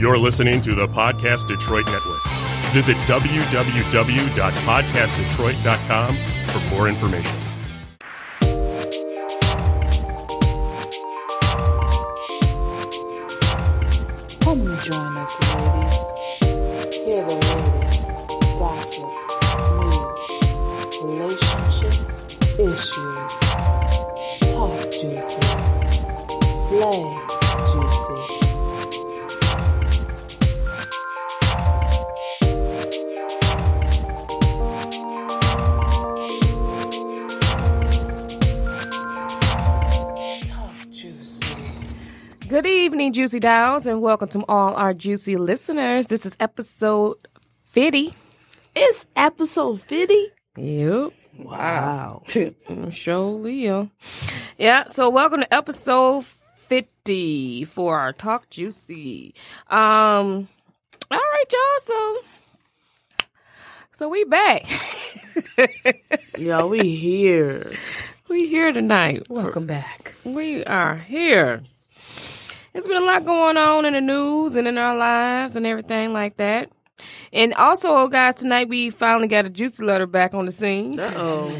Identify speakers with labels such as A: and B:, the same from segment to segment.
A: You're listening to the Podcast Detroit Network. Visit www.podcastdetroit.com for more information.
B: Come and join us, ladies. Hear the latest gossip, news, relationship issues, talk juicy, slay juicy. Talk juicy.
C: Good evening, Juicy Dolls, and welcome to all our juicy listeners. This is episode 50.
D: It's episode 50.
C: Yep.
D: Wow.
C: Show Leo. Yeah, so welcome to episode 50 for our Talk Juicy. Um, all right, y'all, so so we back.
D: Yo, we here.
C: we here tonight.
D: Welcome back.
C: We are here. It's been a lot going on in the news and in our lives and everything like that. And also, oh, guys, tonight we finally got a juicy letter back on the scene.
D: Oh.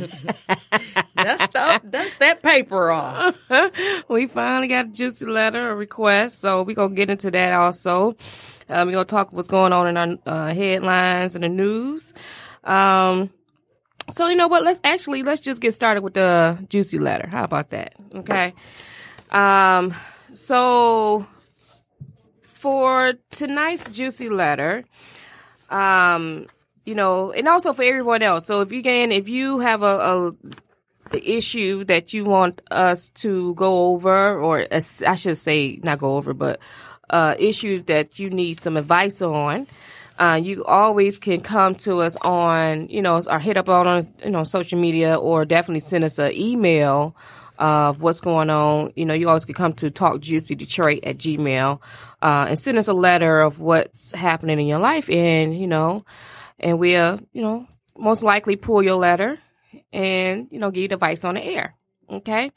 D: that's the, that's that paper off.
C: we finally got a juicy letter, a request. So we're going to get into that also. Um, we're going to talk what's going on in our uh, headlines and the news. Um, so you know what? Let's actually let's just get started with the juicy letter. How about that? Okay. Um, so for tonight's juicy letter, um, you know, and also for everyone else. So if you can, if you have a, a issue that you want us to go over, or a s- I should say, not go over, but uh, issue that you need some advice on. Uh, you always can come to us on, you know, or hit up on, on, you know, social media, or definitely send us an email of what's going on. You know, you always can come to talkjuicydetroit at gmail uh, and send us a letter of what's happening in your life, and you know, and we'll, you know, most likely pull your letter and you know give you advice on the air. Okay,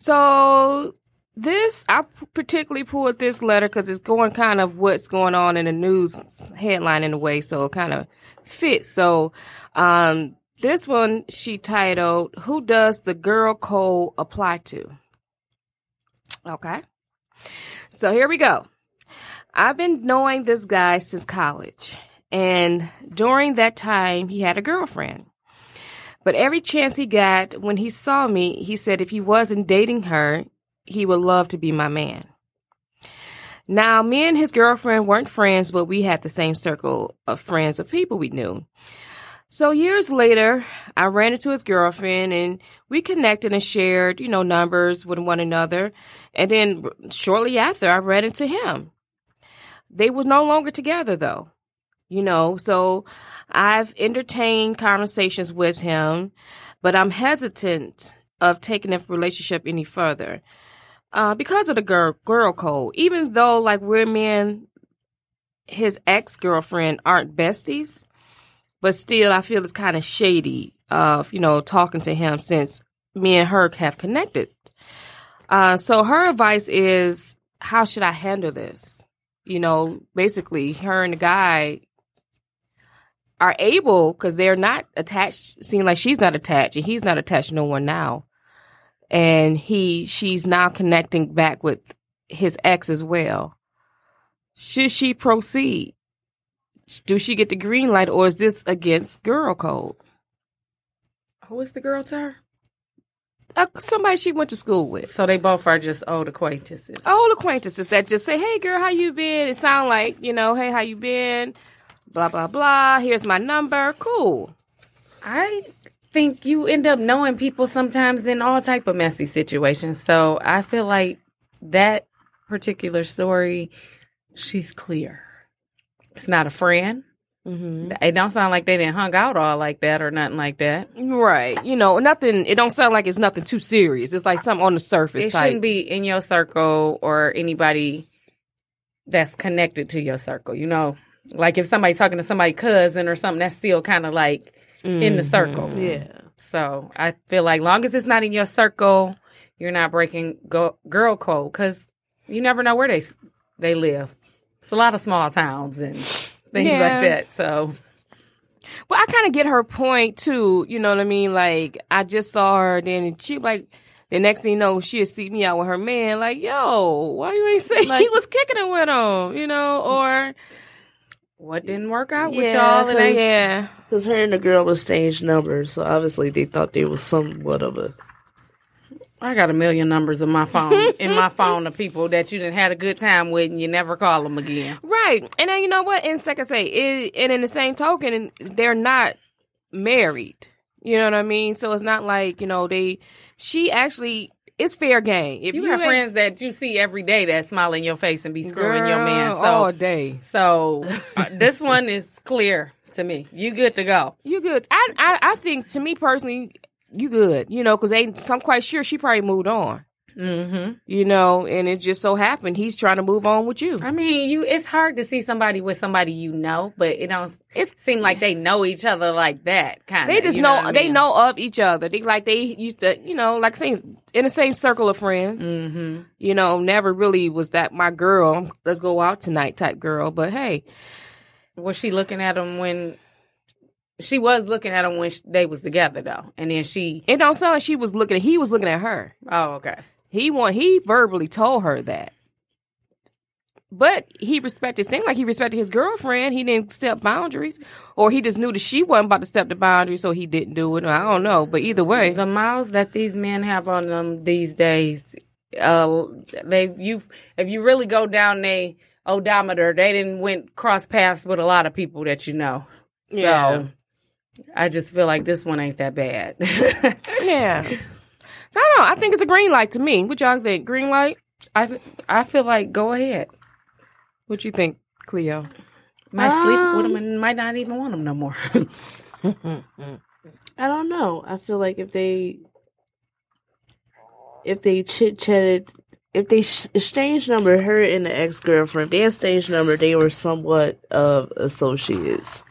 C: so this I p- particularly pulled this letter because it's going kind of what's going on in the news headline in a way, so it kind of fits. So, um, this one she titled "Who Does the Girl Code Apply to?" Okay, so here we go. I've been knowing this guy since college, and during that time, he had a girlfriend. But every chance he got, when he saw me, he said if he wasn't dating her, he would love to be my man. Now, me and his girlfriend weren't friends, but we had the same circle of friends of people we knew. So years later, I ran into his girlfriend and we connected and shared, you know, numbers with one another. And then shortly after, I ran into him. They were no longer together though you know so i've entertained conversations with him but i'm hesitant of taking the relationship any further uh, because of the girl, girl code even though like we're me and his ex-girlfriend aren't besties but still i feel it's kind of shady of you know talking to him since me and her have connected uh, so her advice is how should i handle this you know, basically her and the guy are able because they're not attached. Seem like she's not attached and he's not attached to no one now, and he she's now connecting back with his ex as well. Should she proceed? Do she get the green light, or is this against girl code?
E: Who is the girl to her?
C: Uh, somebody she went to school with,
E: So they both are just old acquaintances.
C: old acquaintances that just say, "Hey, girl, how you been?" It sound like you know, "Hey, how you been?" Blah blah blah. Here's my number. Cool.
E: I think you end up knowing people sometimes in all type of messy situations. So I feel like that particular story, she's clear. It's not a friend.
C: hmm
E: It don't sound like they didn't hung out all like that or nothing like that.
C: Right. You know, nothing. It don't sound like it's nothing too serious. It's like something on the surface.
E: it
C: type.
E: shouldn't be in your circle or anybody that's connected to your circle. You know, like if somebody talking to somebody cousin or something, that's still kind of like in the
C: mm.
E: circle.
D: Yeah.
E: So I feel like long as it's not in your circle, you're not breaking go- girl code because you never know where they s- they live. It's a lot of small towns and things
C: Yeah.
E: like that. So
C: But I kind of get her point too. You know what I mean? Like I just saw her, then she like the next thing you know, she'll see me out with her man. Like, yo, why you ain't say he was kicking it with him? You know, or
E: what didn't work out
C: yeah,
E: with y'all? And
C: 'cause-
E: I,
C: yeah,
D: Because her and the girl was stage numbers, so obviously they thought they was somewhat of a.
E: I got a million numbers in my phone in my phone of people that you didn't had a good time with and you never call them again.
C: right. And then you know what? And second, say, it, and in the same token, they're not married. You know what I mean? So it's not like you know they. She actually, it's fair game. If
E: You,
C: you,
E: got
C: ain't-
E: friends that you see every day that smile in your face and be screwing your man.
C: Girl, oh.
E: So
C: all day.
E: so uh, this one is clear to me. You good to go.
C: You good? I, I I think to me personally, you good. You know, because I'm quite sure she probably moved on.
E: Mm-hmm.
C: You know, and it just so happened he's trying to move on with you.
E: I mean, you it's hard to see somebody with somebody you know, but it don't
C: It's-
E: it seem like they know each other like that kind of.
C: They just
E: you
C: know,
E: what I
C: they
E: mean?
C: know of each other. They like they used to, you know, like same in the same circle of friends.
E: Mhm.
C: You know, never really was that my girl. Let's go out tonight type girl. But hey,
E: Was she looking at him when she was looking at him when sh they was together though, and then she.
C: it don't sound like she was looking. at He was looking at her.
E: Oh, okay.
C: He want he verbally told her that. But he respected seemed like he respected his girlfriend. He didn't step boundaries. Or he just knew that she wasn't about to step the boundary, so he didn't do it. I don't know. But either way.
E: The miles that these men have on them these days, uh, they you if you really go down they odometer, they didn't went cross paths with a lot of people that you know.
C: Yeah.
E: So I just feel like this one ain't that bad.
C: Yeah. So I don't know. I think it's a green light to me. What y'all think? Green light?
E: I th- I feel like go ahead.
C: What you think, Cleo?
E: Might sleep
C: Um,
E: with them and might not even want them no more.
D: I don't know. I feel like if they, if they chit chatted, if they sh- exchanged number, her and the ex girlfriend, they exchanged number. They were somewhat of associates.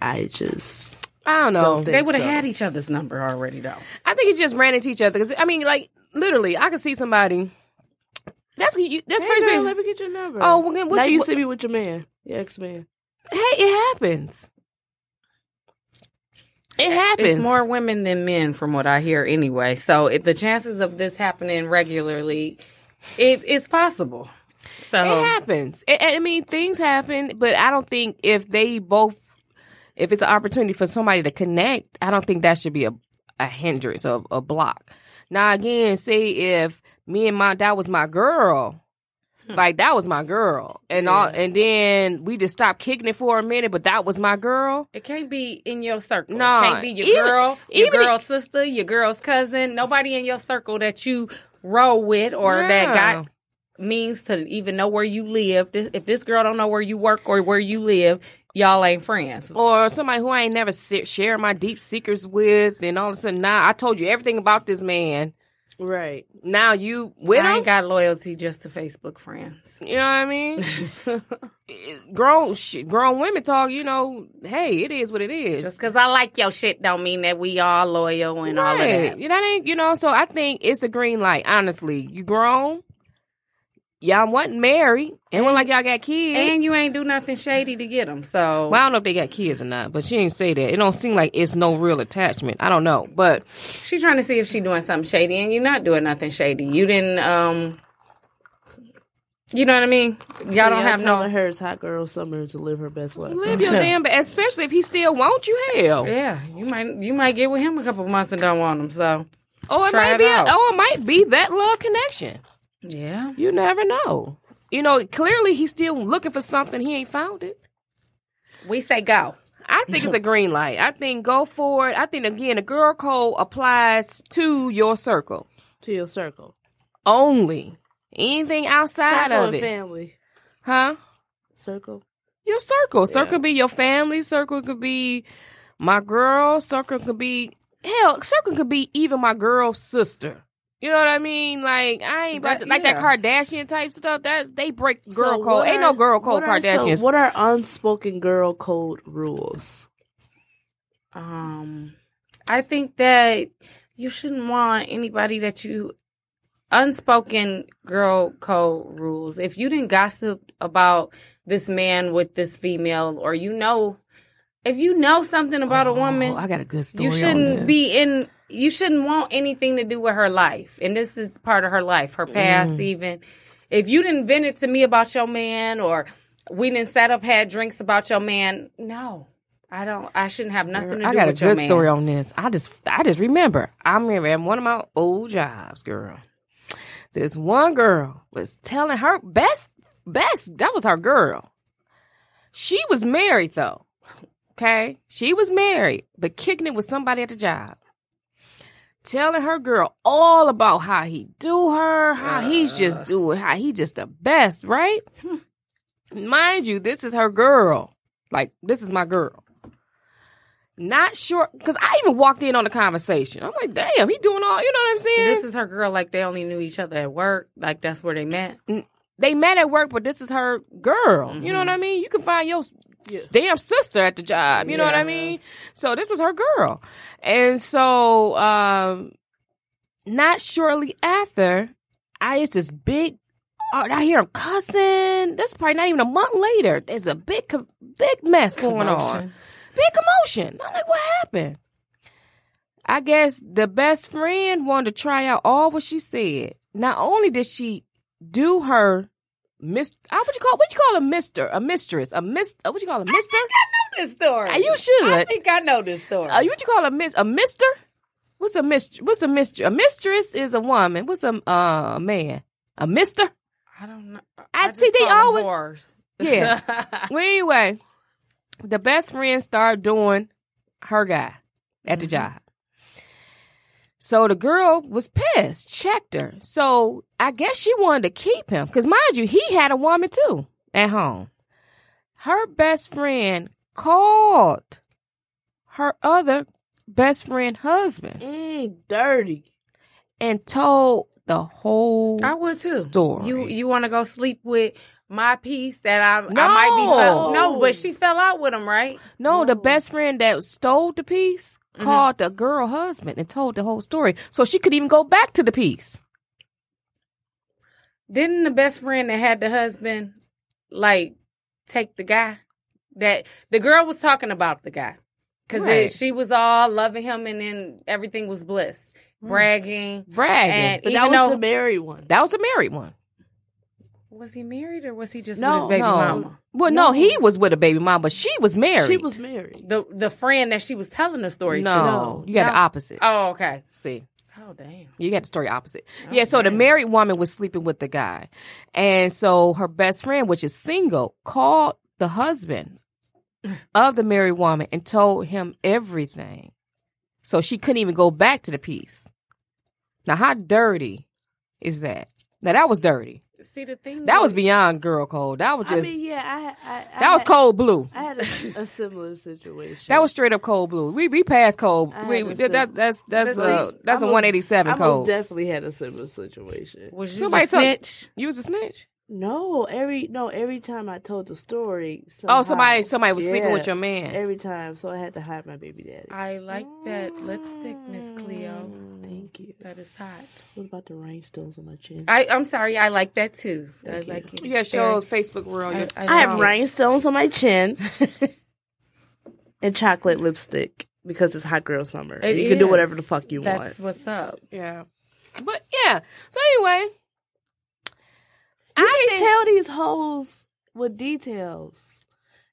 D: I just
C: I don't know.
D: Don't think-
E: they would have
D: so.
E: had each other's number already though.
C: I think it just ran into each other. 'Cause, I mean, like, literally, I could see somebody. That's you that's
D: hey
C: first
D: girl,
C: base-
D: let me get your number.
C: Oh, well, then what
D: now
C: you-
D: you see me with your man, your ex man.
C: Hey, it happens. It happens.
E: It's more women than men, from what I hear, anyway. So it, the chances of this happening regularly, it, it's possible. So
C: It happens. It, I mean, things happen, but I don't think if they both, if it's an opportunity for somebody to connect, I don't think that should be a, a hindrance or a block. Now, again, say if me and my, that was my girl. Like that was my girl, and all, and then we just stopped kicking it for a minute. But that was my girl.
E: It can't be in your circle.
C: Nah,
E: it can't be your
C: even-
E: girl, your
C: even-
E: girl's sister, your girl's cousin. Nobody in your circle that you roll with or that
C: Yeah.
E: got means to even know where you live. This- If this girl don't know where you work or where you live, y'all ain't friends.
C: or somebody who I ain't never se- shared my deep secrets with, and all of a sudden now I told you everything about this man.
D: Right.
C: Now you with
E: I
C: him,
E: ain't got loyalty just to Facebook friends.
C: you know what I mean? It- grown shit, grown women talk. You know, hey, it is what it is.
E: Just because I like your shit don't mean that we all loyal and all of
C: Right.
E: that.
C: You know, that ain't you know. So I think it's a green light. Honestly, you grown. Y'all wasn't married, and when like y'all got kids.
E: And you ain't do nothing shady to get them. So
C: well, I don't know if they got kids or not, but she didn't say that. It don't seem like it's no real attachment. I don't know, but
E: She trying to see if she doing something shady, and you're not doing nothing shady. You didn't, um, you know what I mean? Y'all
D: So
E: don't have
D: telling
E: no.
D: her it's hot girl summer to live her best life.
C: live your damn. ba- Especially if he still wants you, hell.
E: Yeah, you might you might get with him a couple months and don't want him. So
C: Or it
E: Try
C: might
E: it
C: be,
E: out.
C: or it might be that love connection.
E: yeah,
C: You never know. You know, clearly he's still looking for something. He ain't found it.
E: we say go.
C: I think it's a green light. I think go for it. I think again, the girl code applies to your circle
D: to your circle.
C: only. Anything outside
D: circle
C: of
D: and
C: it,
D: family.
C: huh?
D: Circle.
C: Your circle. Circle could be your family. Circle could be my girl. Circle could be hell. Circle could be even my girl's sister. You know what I mean? Like I ain't about
E: That-
C: to, like
E: yeah.
C: that Kardashian type stuff. That's they break girl code.
D: So what
C: Ain't no
D: are-
C: girl code
D: what are some-
C: Kardashians.
D: what are unspoken girl code rules?
E: Um, I think that you shouldn't want anybody that you unspoken girl code rules. If you didn't gossip about this man with this female, or you know, if you know something about a woman,
C: Oh, I got a good story.
E: you shouldn't be in you shouldn't want anything to do with her life and this is part of her life her past even if you didn't vent it to me about your man or we didn't sat up had drinks about your man no i don't i shouldn't have nothing to do
C: I got a
E: with your
C: good
E: man
C: story on this. I just I just remember. I remember at one of my old jobs, girl. This one girl was telling her best best that was her girl. She was married though. Okay? She was married, but kicking it with somebody at the job. Telling her girl all about how he do her, how he's just doing, how he just the best, right? Mind you, this is her girl. Like, this is my girl not sure because I even walked in on the conversation. I'm like, damn, he doing all you know what I'm saying?
E: this is her girl like they only knew each other at work like that's where they met
C: they met at work, but this is her girl. You know what I mean? You can find your s- damn sister at the job. You know what I mean? So this was her girl, and so um, not shortly after, I it's this big. oh, I hear him cussing. This is probably not even a month later. There's a big, co- big mess going on.
E: Commotion.
C: Big commotion. I'm like, what happened? I guess the best friend wanted to try out all what she said. Not only did she do her mis how would you call what you call a mister, a mistress, a mis uh, what you call a mister?
E: this story
C: Uh, you should.
E: i think i know this story
C: Uh, what you call a mis a mister? What's a mist what's a mistress? A mistress is a woman. What's a uh, man? A mister?
E: i don't know
C: I
E: just
C: see they
E: call them
C: always-
E: whores.
C: Yeah. Well, anyway, the best friend started doing her guy at
E: Mm-hmm.
C: the job. So the girl was pissed, checked her. So I guess she wanted to keep him. Because mind you, he had a woman too at home. Her best friend called her other best friend husband
D: Mm, dirty.
C: and told the whole
E: I would too.
C: story.
E: You you want to go sleep with my piece that I,
C: No.
E: I might be fel- no, but she fell out with him, right?
C: No, the best friend that stole the piece
E: Mm-hmm.
C: called the girl husband and told the whole story. So she could even go back to the piece.
E: Didn't the best friend that had the husband like take the guy that the girl was talking about the guy because
C: Right.
E: she was all loving him and then everything was bliss,
C: Mm.
E: bragging.
C: Bragging.
E: And
D: But
E: even
D: that was
E: though
D: the married one.
C: that was a married one.
E: was he married or was he just
C: No,
E: with his baby
C: no.
E: mama?
C: Well, no. he was with a baby mom, but she was married.
D: She was married.
E: The the friend that she was telling the story
C: no,
E: to.
C: you got the
E: No.
C: opposite.
E: Oh, okay.
C: See,
E: Oh, damn.
C: you got the story opposite. yeah, so the married woman was sleeping with the guy, and so her best friend, which is single, called the husband of the married woman and told him everything. So she couldn't even go back to the piece. Now, how dirty is that? Now that was dirty.
E: See the thing
C: That was
E: was-
C: beyond girl code. That was
D: I
C: just
D: mean, yeah, I, I, I
C: that was
D: had-
C: cold blue.
D: I had a, a similar situation.
C: That was straight up cold blue. We we passed cold.
D: I
C: We,
D: had to
C: that, that, that's that's
E: This
C: uh,
E: is-
C: that's a
D: I most-
C: one eighty seven
D: I most
C: cold.
D: definitely had a similar situation.
E: was you
C: Somebody
E: the
C: told-
E: snitch?
C: you was a snitch.
D: No, every no, every time I told the story.
C: Oh, somebody
D: somehow-
C: somebody was sleeping with
D: Yeah,
C: your man.
D: Every time, so I had to hide my baby daddy.
E: I like that lipstick, Miss Cleo.
D: Mm. Thank you.
E: That is hot.
D: What about the rhinestones on my chin? I,
E: I, I'm sorry. I like that too. I like it.
C: you got
E: It's
C: show
E: very-
C: Facebook world.
E: I, I
D: have
E: like
D: rhinestones on my chin and chocolate lipstick because it's hot girl summer.
E: it.
D: and you can do
E: is.
D: whatever the fuck you
E: That's
D: want.
E: what's up.
C: yeah, but yeah. So anyway,
D: You
C: I
D: can't
C: think-
D: tell these hoes with details.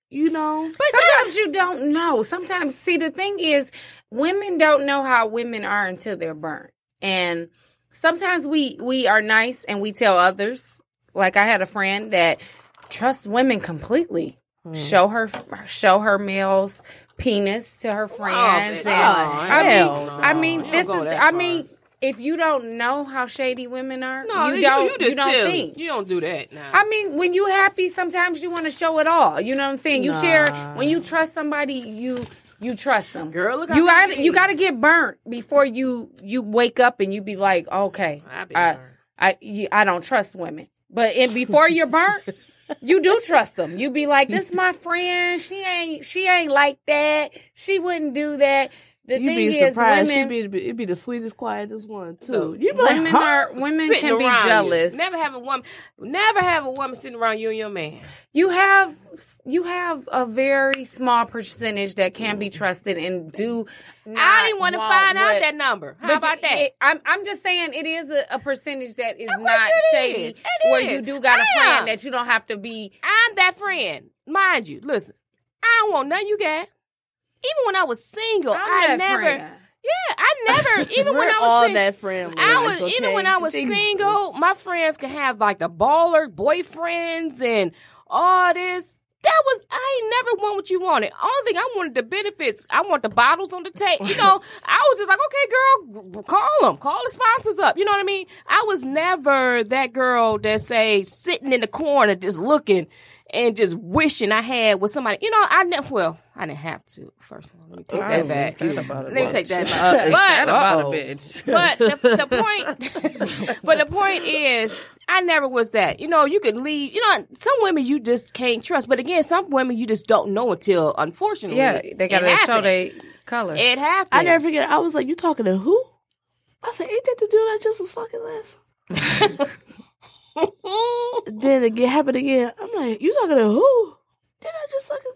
D: You know,
E: Sometimes you don't know. Sometimes, see, the thing is, women don't know how women are until they're burnt. And sometimes we we are nice and we tell others. Like I had a friend that trusts women completely.
D: Mm.
E: Show her, show her male's penis to her friends.
C: Oh, bitch.
E: and-
C: Oh,
E: I
D: hell
E: mean,
D: no.
E: I mean,
C: You
E: this
C: don't
E: is.
C: go that
E: I
C: far.
E: mean, if you don't know how shady women are,
C: no,
E: you, don't. You,
C: just
E: don't
C: silly.
E: think.
C: you don't do that now.
E: I mean, when you happy, sometimes you want to show it all. You know what I'm saying? You share when you trust somebody, you you trust them.
C: Girl, look how
E: you
C: big
E: got
C: it
E: you
C: is.
E: got to get burnt before you you wake up and you be like, okay,
C: I be
E: I
C: burnt.
E: I you- I don't trust women. But and before you're burnt, you do trust them. You be like, this my friend. She ain't she ain't like that. She wouldn't do that. the
D: You'd
E: thing
D: be
E: is,
D: surprised.
E: women
D: She'd be, it'd be the sweetest, quietest one
C: Look,
D: too. You'd be like,
E: women
D: huh?
E: are women
C: Sitting
E: can be
C: around you.
E: jealous.
C: Never have a woman. Never have a woman sitting around you and your man.
E: You have you have a very small percentage that can be trusted and do.
C: I
E: not
C: didn't want to
E: want
C: find out
E: what-
C: that number. How
E: But
C: about
E: you-
C: that?
E: it- I'm I'm just saying it is a, a percentage that is
C: Of course
E: not
C: it
E: shady,
C: is. It
E: where
C: is.
E: you do got a
C: I am.
E: friend that you don't have to be.
C: I'm that friend. Mind you, listen, I don't want nothing you got. Even when I was single,
E: I'm
C: i
E: that
C: never.
E: friend.
C: Yeah, I never. Even when
D: We're
C: I
D: all
C: was single,
D: that friendly.
C: I was even when I was single, my friends could have like the baller boyfriends and all this. That was I ain't never want what you wanted. Only thing I wanted the benefits. I want the bottles on the table. You know, I was just like, okay, girl, call them, call the sponsors up. You know what I mean? I was never that girl that say sitting in the corner just looking and just wishing I had with somebody. You know, I never. Well, I didn't have to. First of all, let me take that back. Let me take that back. But but the, the point, but the point is, I never was that. You know, you could leave. You know, some women you just can't trust. But again, some women you just don't know until unfortunately,
E: Yeah, they got to
C: it
E: show
C: happened.
E: their colors.
C: It happened.
D: I never forget. I was like, "You talking to who?" I said, "Ain't that the dude I just was fucking last?" then it happened again. I'm like, "You talking to who?" Did I just fucking?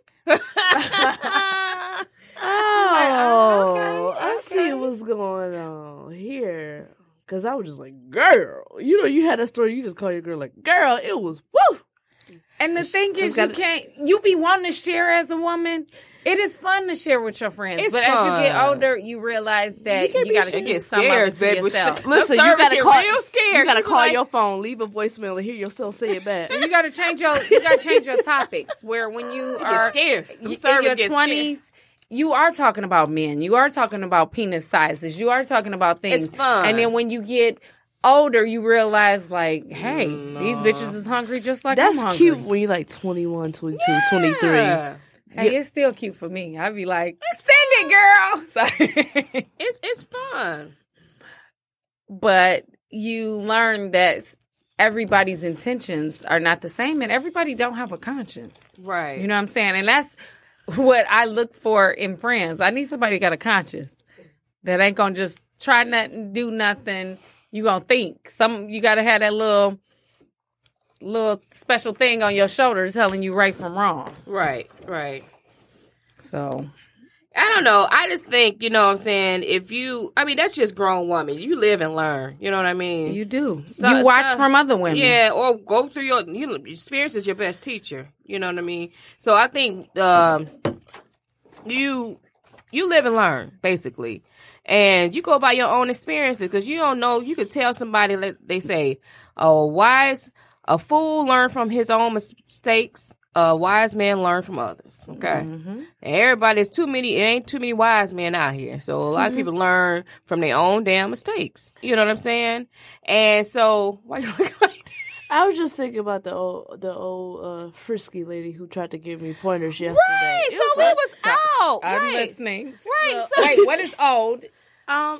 D: Oh,
E: okay,
D: I see
E: okay.
D: what's going on here. Cause I was just like, girl, you know, you had that story. You just call your girl like, girl, it was woo.
E: And the thing is,
D: gotta-
E: you can't. You be wanting to share as a woman. It is fun to share with your friends,
C: It's
E: but as you get
C: fun.
E: older, you realize that
D: You can't
E: you,
D: be
E: gotta
D: shy.
C: She
E: keep
C: gets
E: some of
C: scared,
E: it to
C: baby.
E: yourself.
C: She- Listen, you gotta call. Real scared.
D: You gotta
C: She be
D: call
C: like,
D: your phone, leave a voicemail, and hear yourself say it back.
E: you gotta change your. You gotta change your topics. Where when you are
C: Get scared. Them
E: y-
C: servers
E: in your
C: get
E: twenties. You are talking about men. You are talking about penis sizes. You are talking about things.
C: fun.
E: And then when you get older, you realize like, hey, these bitches is hungry just like I'm
D: That's
E: hungry.
D: cute when you're like 21, 22, 23.
C: Yeah.
E: Hey, it's still cute for me. I'd be like, spend it, girl. Sorry.
C: It's it's fun.
E: but you learn that everybody's intentions are not the same and everybody don't have a conscience
C: Right.
E: you know what i'm saying and that's what i look for in friends i need somebody that got a conscience that ain't gonna just try nothing do nothing you gonna think some you gotta have that little little special thing on your shoulder telling you right from wrong
C: Right. Right.
E: so
C: I don't know. I just think, you know what I'm saying, if you I mean, that's just grown woman. You live and learn. You know what I mean?
E: you do
C: So-
E: you watch
C: so-
E: from other women
C: Yeah, or go through your you know, experience is your best teacher. You know what I mean? So I think um you you live and learn basically, and you go by your own experiences because you don't know. You could tell somebody like they say, "A wise a fool learn from his own mistakes." A wise man learn from others. Okay, and everybody's too many. It ain't too many wise men out here. So a lot of people learn from their own damn mistakes. You know what I'm saying? And so why you look like that?
D: I was just thinking about the old, the old uh, frisky lady who tried to give me pointers yesterday.
C: Right,
D: It
C: so we was out.
E: i'm
C: Right,
E: listening
C: right. So
E: wait what is old uh,
D: um,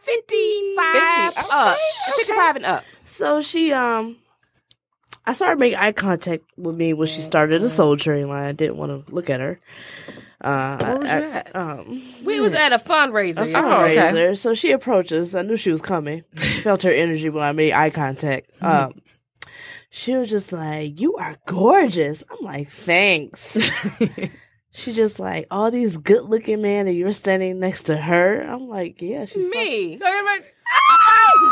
C: fifty-five up, fifty-five and up.
D: so she um, I started making eye contact with me when she started the Soul Train line. I didn't want to look at her. Uh,
E: Where was
D: I-
E: you at?
D: Um,
C: We was at a fundraiser.
D: a
C: yeah.
D: fundraiser.
E: okay.
D: So she approaches. I knew she was coming. Felt her energy when I made eye contact.
E: Mm-hmm.
D: Um, she was just like, "You are gorgeous." I'm like, "Thanks." she just like all these good looking men, and you're standing next to her. I'm like, "Yeah, she's fine."
C: Me. Oh!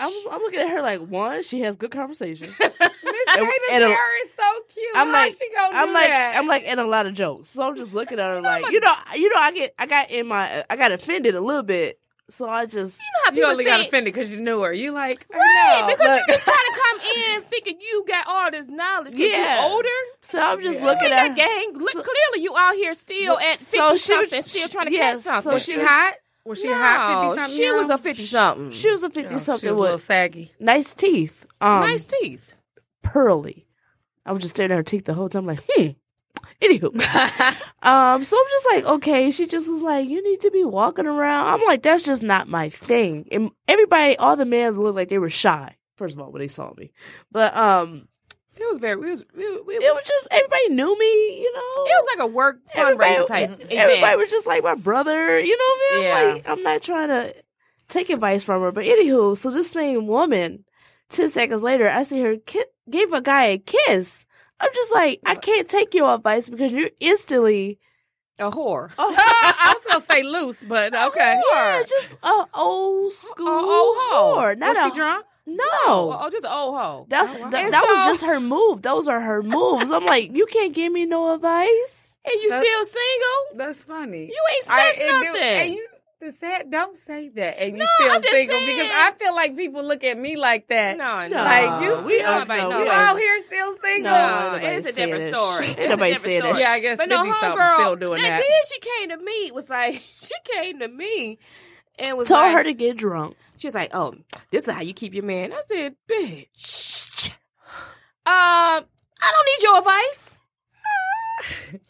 D: I'm, I'm looking at her like one. She has good conversation.
E: Miss
D: And-
E: Davis
D: and a-
E: hair is so cute.
D: I'm
E: How
D: like-
E: she gonna
D: I'm
E: do
D: like,
E: that?
D: I'm like, and a lot of jokes. So I'm just looking at her like, you know, you know, I get, I got in my, I got offended a little bit. So I just,
E: you only got
C: think-
E: offended because you knew her. You like,
C: Right,
E: I know.
C: because
E: Look,
C: you just trying to come in thinking you got all this knowledge. Yeah,
D: Yeah.
C: you older.
D: so I'm just
E: Yeah.
D: looking
C: Look
D: at
C: at that
D: her.
C: gang. Look,
D: So-
C: clearly you out here still
D: Well,
C: at fifty
D: so she was-
C: something, still trying to
D: yeah,
C: catch something.
D: so
E: was she hot? Was she hot? Fifty something.
C: She was a fifty something.
D: She was a fifty
E: She
D: something
E: was a
D: with
E: little saggy.
D: nice teeth. Um,
C: nice teeth.
D: pearly. I was just staring at her teeth the whole time, like, hmm. Anywho, um, so I'm just like, okay. She just was like, you need to be walking around. I'm like, that's just not my thing. And everybody, all the men looked like they were shy. First of all, when they saw me, but um,
C: It was very. We was. We, we,
D: It was just everybody knew me, you know.
C: It was like a work fundraiser type
D: Everybody
C: event.
D: was just like my brother, you know what I mean?
E: Yeah.
D: Like, I'm not trying to take advice from her, but anywho, so this same woman, ten seconds later, I see her ki- gave a guy a kiss. I'm just like, I can't take your advice because you're instantly
C: A whore.
D: a
E: I was gonna say loose, but okay.
D: yeah, just a old school
C: A old hoe.
D: whore. Not
E: was
D: a,
E: she drunk?
D: No.
C: Oh, oh, just an old hoe.
D: That's
E: Oh, wow.
D: that,
C: And
D: that was
C: so-
D: just her move. Those are her moves. I'm like, you can't give me no advice.
C: and you
E: That-
C: still single?
E: That's funny.
C: You ain't
E: I-
C: snatched
E: and do- and
C: nothing.
E: you is that don't say that and you
C: No,
E: still
C: I'm just
E: single
C: saying.
E: because I feel like people look at me like that.
C: no, no,
E: Like, you
C: we
E: still-
C: all about
D: no,
C: no,
E: You
D: we
E: out
D: was-
E: here still single.
D: No,
C: No, it's
D: ain't
C: a
D: nobody
C: different
D: saying that
C: story.
D: shit.
C: It's
D: Ain't
C: a
D: nobody
C: different
D: saying that
C: story.
D: shit.
E: Yeah, I guess
C: But no,
E: 50 something
C: homegirl
E: still doing that.
C: Then she came to me. Was like she came to me and was
D: Told
C: like,
D: her to get drunk.
C: She was like, "Oh, this is how you keep your man." I said, "Bitch, uh, I don't need your advice."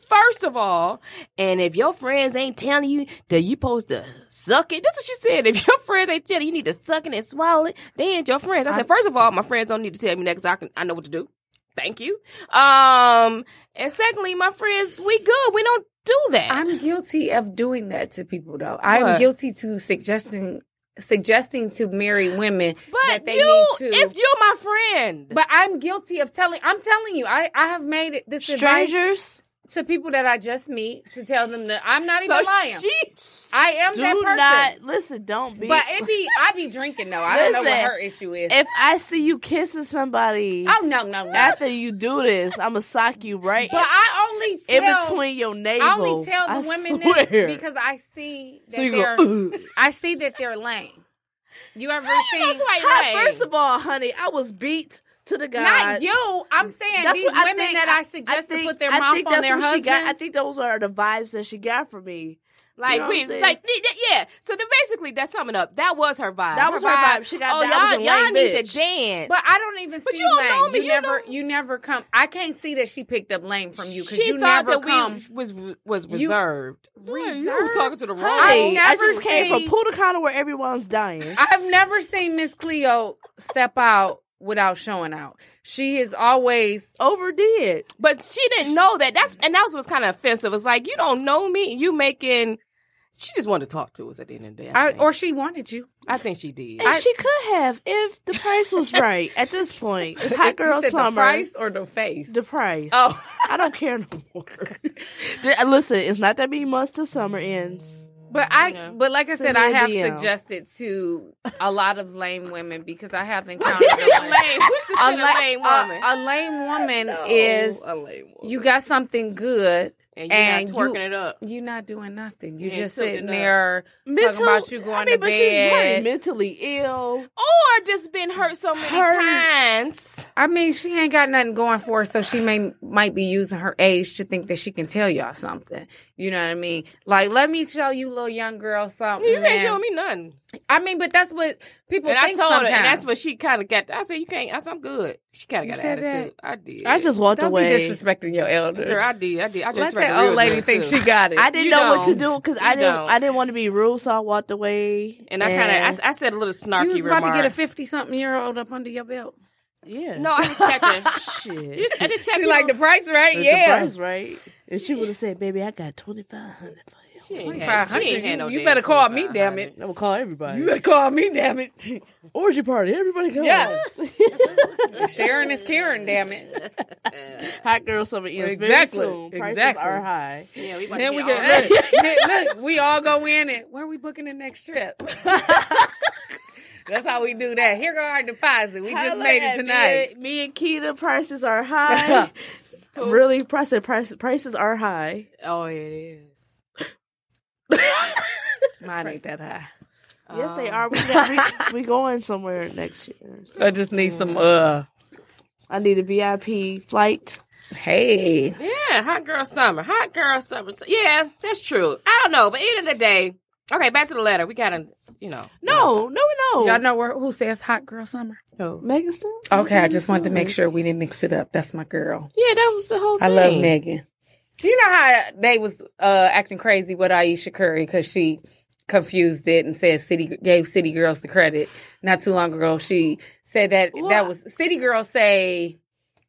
C: First of all, and if your friends ain't telling you that you supposed to suck it, that's what she said. If your friends ain't telling you, you need to suck it and swallow it, they ain't your friends. I said, first of all, my friends don't need to tell me that 'cause I can I know what to do. Thank you. Um, and secondly, my friends, we good. We don't do that.
E: I'm guilty of doing that to people though. I'm
C: What?
E: guilty to suggesting suggesting to marry women
C: but
E: that they
C: you,
E: need to
C: it's you're my friend.
E: but I'm guilty of telling. I'm telling you, I, I have made it this advice
D: Strangers,
E: to people that I just meet to tell them that I'm not even
C: so
E: lying.
C: she
E: I am
D: do
E: that person.
D: not listen. Don't be.
E: But it be I be drinking though. I don't know what
D: Listen,
E: her issue is.
D: if I see you kissing somebody
E: oh no no no.
D: after you do this, I'm gonna sock you right
E: but I only
D: in
E: tell,
D: between your navel.
E: I only tell the
D: I
E: women
D: swear.
E: this because I see that
D: so you
E: they're
D: go. "Ugh."
E: I see that they're lame. You ever seen?
C: That's why
D: Hi,
C: right.
D: First of all, honey, I was beat to the
E: Not
D: gods.
E: you. I'm saying
D: That's
E: these
D: what I
E: women
D: think-
E: that I, suggest
D: think-
E: to put their
D: I
E: mouth
D: think
E: on
D: that's
E: their
D: what she
E: husbands.
D: got. I think those are the vibes that she got from me. You
C: Like
D: know what I'm
C: we,
D: saying?
C: like th- th- yeah. So then basically, that's summing up. That was her vibe.
D: That was her vibe. She got
C: Oh,
D: that. I was
C: y'all,
D: a
C: y'all
D: lame
C: need
D: bitch.
C: to dance.
E: But I don't even
C: But
E: see
C: you don't
E: lame.
C: know me.
E: You,
C: You
E: never,
C: don't-
E: you never come. I can't see that she picked up lame from you because
C: she
E: you
C: thought
E: never
C: that
E: come.
C: we was was
E: You-
C: reserved. Right, you were
E: Reserved?
C: talking to the wrong.
E: Hey.
D: Honey, I,
E: never
D: just came
E: see-
D: from Punta Cana where everyone's dying.
E: I've never seen Miss Cleo step out without showing out. She is always.
D: Overdid.
C: But she didn't know that. That's and that was what's kind of offensive. It's like you don't know me. You making. She just wanted to talk to us at the end of the day. I,
E: I,
C: think.
E: or she wanted you.
C: I think she did.
D: And
E: I-
D: she could have if the price was right at this point. It's hot girl
E: You said
D: summer.
E: The price or the face?
D: The price.
E: Oh.
D: I don't care no more. Th- Listen, it's not that many months till summer ends.
E: But I,
C: Yeah.
E: but like I said,
D: Send me
E: I
D: a
E: have
D: DM.
E: suggested to a lot of lame women because I have encountered
C: Who's
E: a
C: considered
E: lame,
C: lame? Who's
E: a,
C: considered
E: la-
C: lame
D: uh,
E: a-
C: woman?
E: a lame woman is you got something good
C: and you're
E: and
C: not
E: you-
C: twerking it up.
E: You're not doing nothing. You
C: ain't
E: just
C: tilting
E: sitting
C: up.
E: there
D: Mental-
E: talking about you going
D: I mean,
E: to
D: but she's
E: bed.
D: probably mentally ill.
C: Or just been hurt so many
D: Hurt.
C: times.
E: I mean, she ain't got nothing going for her, so she may might be using her age to think that she can tell y'all something. You know what I mean? Like, let me tell you, little young girl, something.
C: You can't
E: man.
C: show me nothing.
E: I mean, but that's what people
C: and I
E: think
C: told her, and
E: sometimes.
C: that's what she kind of got. I said, "You can't." I said, "I'm good." She kind
E: You
C: of got
E: said
C: an attitude. I did.
D: I just walked
E: Don't
D: away.
E: be disrespecting your elder.
C: girl, I did. I did. I
E: Let
C: just
E: that old lady think she got it.
D: I didn't
C: You
D: know what to do
C: don't.
D: because
C: You
D: I didn't.
C: don't.
D: I didn't want to be rude, so I walked away.
C: And I kind of, I, I said a little snarky
E: you was about
C: remark.
E: to get a fifty-something-year-old up under your belt.
D: yeah.
C: no, I was checking.
D: shit.
C: You just- I just checked.
E: She like the price, right?
D: But the
E: yeah,
D: price, right? If she would have said, "Baby, I got twenty five hundred for you,"
E: five hundred. You, you better call me, damn it.
D: I would call everybody.
E: You better call me, damn it.
D: orgy party, everybody come.
E: Yeah. Sharon is Karen, damn it.
D: hot girl summer ends
E: Exactly.
D: very soon. Prices
E: Exactly.
D: are high.
C: Yeah, we
E: Then we
C: get.
E: get look, look, look, we all go in and where are we booking the next trip? That's how we do that. Here go our deposit. We just
D: Holla
E: made it
D: at
E: tonight.
D: Me, me and Keita, prices are high. really, price, price, prices are high.
C: Oh, it is.
E: Mine ain't that high.
D: Yes, they are. We,
E: Oh.
D: got, we, we going somewhere next year.
E: I just need some uh
D: I need a VIP flight.
E: hey.
C: Yeah, hot girl summer. Hot girl summer. So, yeah, that's true. I don't know, but end of the day, okay. Back to the letter. We gotta, you know.
D: No, no, no.
E: Y'all know where, who says hot girl summer?
D: Megan Stallion?
E: Okay, I just wanted to make sure we didn't mix it up. That's my girl.
C: Yeah, that was the whole.
E: I
C: thing.
E: love Megan. You know how they was uh, acting crazy with Aisha Curry because she confused it and said city gave city girls the credit. Not too long ago, she said that that
D: Well,
E: was city girls say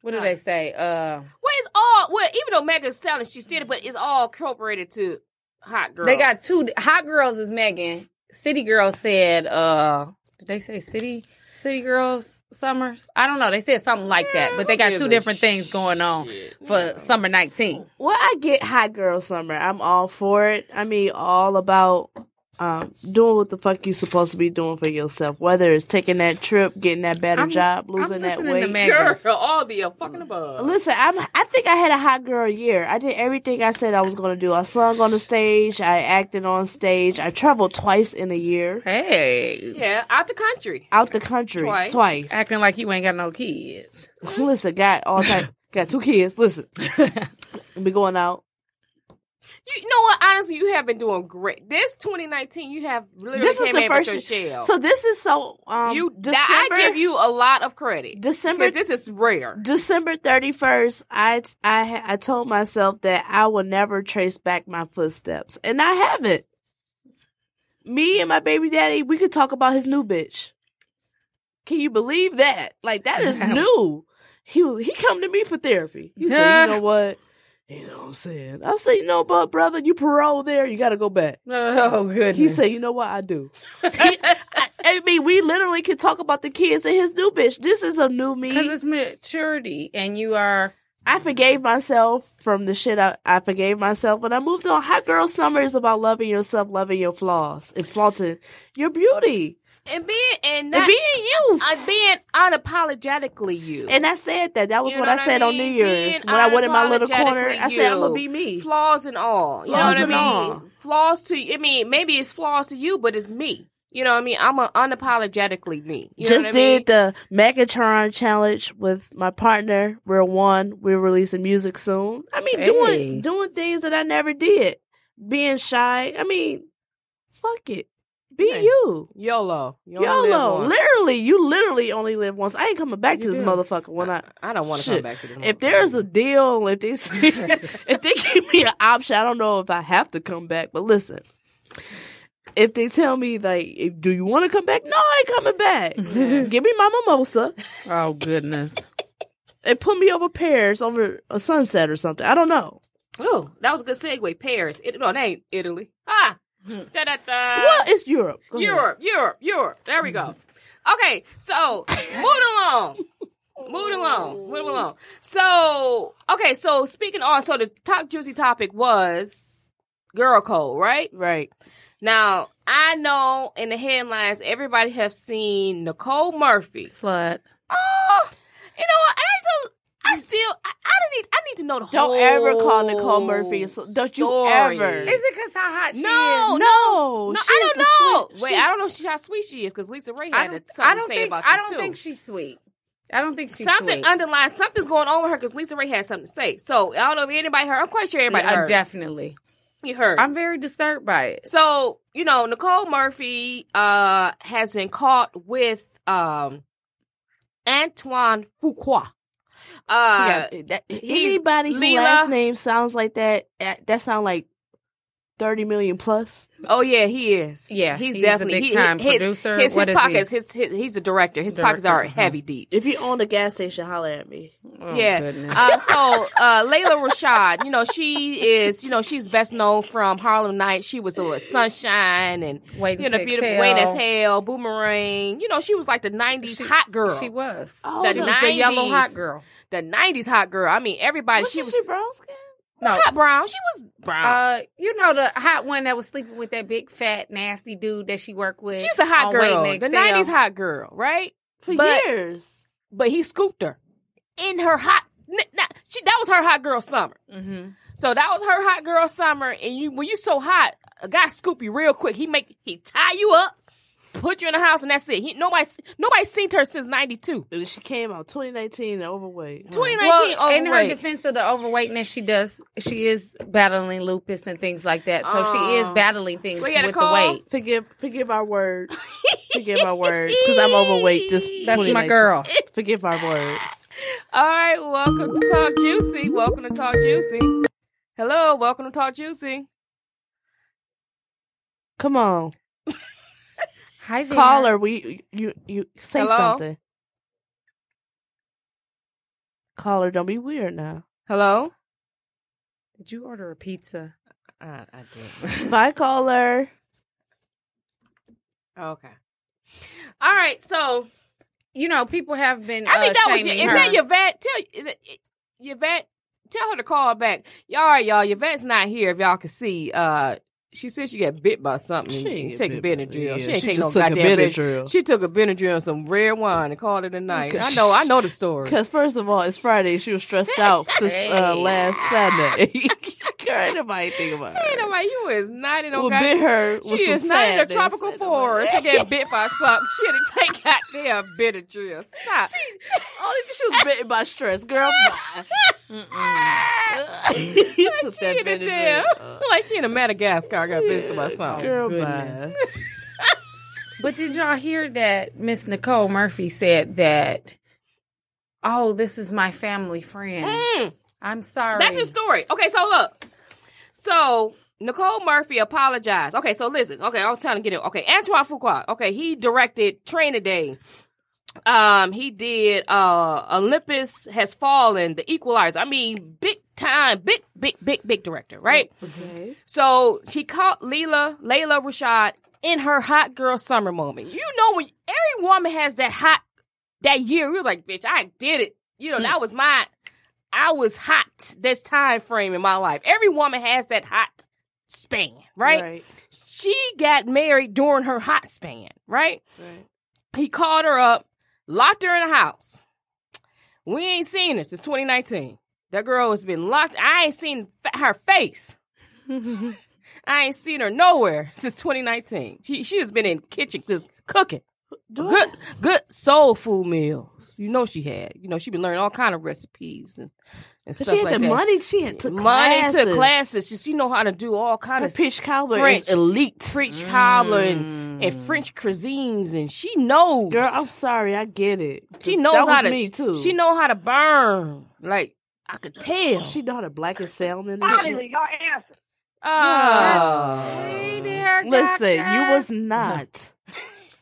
E: What do they say? Uh,
C: Well, it's all well, even though Megan's selling, she's still, but it's all incorporated to hot girl.
E: they got two hot girls. Is Megan City Girls said? Uh, did they say City City Girls Summers? I don't know. They said something like that, but they got two different things going on for summer nineteen.
D: Well, I get hot girl summer. I'm all for it. I mean, all about um, doing what the fuck you supposed to be doing for yourself. Whether it's taking that trip, getting that better
E: I'm-
D: job,
E: I'm
D: losing that
E: listening to
D: weight.
E: Megan.
C: girl, all the fucking above.
D: Listen, I'm. I think I had a hot girl year. I did everything I said I was going to do. I sung on the stage. I acted on stage. I traveled twice in a year
E: Hey,
C: Yeah, out the country.
D: out the country
C: Twice.
D: twice.
E: acting like you ain't got no kids.
D: Listen, got all type. Got two kids. Listen, be going out.
C: You, you know what? Honestly, you have been doing great. This 2019, you have literally
D: This is
C: came
D: the
C: in
D: first.
C: with your shell.
D: So this is so. Um,
C: you,
D: December.
C: that- I give you a lot of credit.
D: December
C: because this is rare.
D: December 31st, I, I I told myself that I will never trace back my footsteps, and I haven't. Me and my baby daddy, we could talk about his new bitch. Can you believe that? Like that is new. He was- he come to me for therapy. He said, "You know what? You know what I'm saying?" I said, "You know, but brother, you parole there. You got to go back."
E: Oh goodness.
D: He said, "You know what? I do." He- I, I mean, we literally could talk about the kids and his new bitch. This is a new me.
E: because it's maturity, and you are.
D: I forgave myself from the shit I, I forgave myself when I moved on. Hot Girl Summer is about loving yourself, loving your flaws, and flaunting your beauty,
C: And being and
D: and
C: not
D: being you.
C: uh, being unapologetically you.
D: and I said that. That was
C: You
D: what
C: know
D: I
C: what I
D: said on New
C: mean?
D: Year's
C: Being
D: when I went in my little corner. I
C: unapologetically
D: said, I'm going
C: you.
D: to be me.
C: flaws and all. you know
D: Flaws
C: what I
D: and
C: mean?
D: all.
C: Flaws to I mean, maybe it's flaws to you, but it's me. You know what I mean? I'm a unapologetically me. You know
D: Just
C: what I mean?
D: did the Megatron challenge with my partner. We're one. We're releasing music soon. I mean,
E: Hey.
D: doing doing things that I never did. Being shy. I mean, fuck it. Be
C: Yeah.
D: you.
C: YOLO. You only live
D: YOLO.
C: once.
D: Literally, you literally only live once. I ain't coming back to
C: You
D: this
C: do.
D: motherfucker when I.
C: I don't want to come
D: Shit.
C: back to this.
D: If there's a deal, if they if they give me an option, I don't know if I have to come back. But listen, if they tell me like, if- do you want to come back? No, I ain't coming back. give me my mimosa
E: Oh goodness.
D: and put me over Paris over a sunset or something. I don't know.
C: Oh, that was a good segue. Paris. It, no, that ain't Italy. Ah. Da, da, da.
D: Well, it's Europe. Hmm. Go ahead.
C: Europe, Europe, Europe. There we go. Okay, so moving along. Moving along. Moving along. So, okay, so speaking on, so the top juicy topic was girl code, right?
D: Right.
C: Now, I know in the headlines, everybody have seen Nicole Murphy.
E: Slut.
C: Oh, you know what? I, so, I still, I, I, need, I need to know the
D: Don't
C: whole
D: ever call Nicole Murphy a slut. Don't you
C: story.
D: ever.
E: Is it because how hot she
C: No,
E: is?
D: no,
C: Oh, No,
D: she
C: I
D: is the
C: don't know.
D: sweet-
C: Wait,
D: she's-
C: I don't know she, how sweet she is because Lisa Ray
E: I
C: had
E: don't.
C: something
E: I
C: to
E: don't
C: say
E: think.
C: about
E: I
C: this
E: don't
C: too.
E: think she's sweet. I don't think she's
C: something
E: sweet.
C: underlying something's going on with her because Lisa Ray had something to say. So I don't know if anybody heard. I'm quite sure everybody
E: Uh,
C: heard.
E: definitely.
C: You heard.
E: I'm very disturbed by it.
C: so you know Nicole Murphy uh, has been caught with um, Antoine Fuqua. Uh,
D: Yeah, that-
C: he's
D: anybody whose
C: Leela.
D: last name sounds like that, that that sound like thirty million plus.
C: Oh yeah, he is.
E: Yeah,
C: he's,
E: he's a
C: definitely
E: big-time
C: he, his,
E: producer.
C: His, his
E: What is he?
C: pockets, His, his he's a director. His pockets
E: Director,
C: are
E: uh-huh.
C: heavy deep.
D: If you own a gas station, holler at me.
E: Oh,
C: yeah.
E: Goodness.
C: Uh, so uh, Layla Rashad, you know, she is, you know, she's best known from Harlem Nights. She was with Sunshine and
E: Waiting
C: you know,
E: to
C: beautiful
E: Exhale.
C: Wayne as Hell, Boomerang. You know, she was like the '90s hot girl.
E: She was.
D: Oh,
E: she
D: the
E: was the yellow
C: 90s.
E: hot girl.
C: the '90s hot girl. I mean, everybody.
D: Wasn't
C: She was
D: brown skin?
E: No.
C: hot brown. She was brown.
E: Uh, you know the hot one that was sleeping with that big fat nasty dude that she worked with.
C: she was a hot
E: on Uh, Wait
C: girl.
E: and
C: The
E: Exhale.
C: '90s hot girl, right?
D: For
C: But-
D: years.
C: But he scooped her in her hot. n- nah, she, that was her hot girl summer.
E: Mhm.
C: So that was her hot girl summer, and you when you so hot, a guy scoop you real quick. He make he tie you up, put you in the house, and that's it. He, nobody nobody seen her since '92,
D: And She came out 2019 and overweight.
C: 2019.
E: Well, in her
C: overweight.
E: defense of the overweightness, she does. She is battling lupus and things like that. So she
C: Oh.
E: is battling things
C: we had a
E: with the
C: call.
E: weight.
D: Forgive, forgive our words. forgive our words, because I'm overweight. This
E: That's my
D: 2019.
E: girl.
D: Forgive our words.
C: All right, welcome to Talk Juicy. Welcome to Talk Juicy. Hello, welcome to Talk Juicy.
D: Come on,
E: Hi there.
D: call her. We you you say
C: Hello?
D: something. Caller, don't be weird now.
C: Hello?
E: Did you order a pizza?
C: Uh, I did.
D: Bye, caller.
C: okay. All right, so
E: You know, people have been.
C: I think
E: uh,
C: that was your,
E: shaming
C: is
E: her.
C: that your vet? Tell y- y- your vet, tell her to call back. Y'all, right, y'all, your vet's not here. If y'all can see, uh, she said she got bit by something. and
D: ain't get
C: take a
D: bit by-
C: Benadryl.
D: yeah,
C: she ain't
D: she
C: take no
D: just took a
C: goddamn
D: Benadryl.
C: She took a Benadryl and some red wine and called it a night.
D: Okay.
C: I know, I know the story.
D: Because first of all, it's Friday. She was stressed out since uh, last Sunday. Girl, ain't nobody think about
C: Ain't
D: it.
C: nobody, you is not in no
D: Well,
C: goddamn.
D: bit her. with
C: She
D: some
C: is not in a
D: sadness.
C: tropical
D: Ain't nobody-
C: forest to get bit by something. She didn't take goddamn Benadryl. Stop.
D: Only because Oh, she was bitten by stress, girl. Bye. You took
C: she
D: that
C: in a
D: Benadryl.
C: damn, like she in a Madagascar got visited by something.
D: Girl,
E: goodness.
D: bye.
E: But did y'all hear that Miss Nicole Murphy said that? Oh, this is my family friend.
C: Mm,
E: I'm sorry.
C: that's your story. Okay, so look. So Nicole Murphy apologized. Okay, so listen. Okay, I was trying to get it. Okay, Antoine Fuqua. Okay, he directed Training Day. Um, he did uh Olympus Has Fallen, The Equalizer. I mean, big time, big, big, big, big director, right? So she caught Leela, Layla Rashad in her hot girl summer moment. You know when every woman has that hot that year, we was like, bitch, I did it. You know, that was my I was hot this time frame in my life. Every woman has that hot span, right?
D: Right.
C: She got married during her hot span, right?
D: Right.
C: He called her up, locked her in the house. We ain't seen her since 2019. That girl has been locked. I ain't seen fa- her face. I ain't seen her nowhere since 2019. She she has been in kitchen just cooking. Good good soul food meals. You know she had. You know she been learning all kind of recipes and and
D: But
C: stuff
D: she had
C: like
D: the
C: that.
D: money. She had took
C: money
D: classes.
C: to classes. She, she know how to do all kind
D: Her
C: of
D: peach cobbler
C: French.
D: is elite.
C: French cobbler and, and French cuisines, and she knows.
D: Mm. Girl, I'm sorry. I get it.
C: she
D: 'Cause
C: knows
D: that was
C: how to.
D: me too.
C: She know how to burn. Like I could tell.
D: She know how to blacken salmon. and shit.
F: Honestly, y'all answer.
C: Oh, Uh, hey there,
D: Listen, you
C: doctor.
D: was not.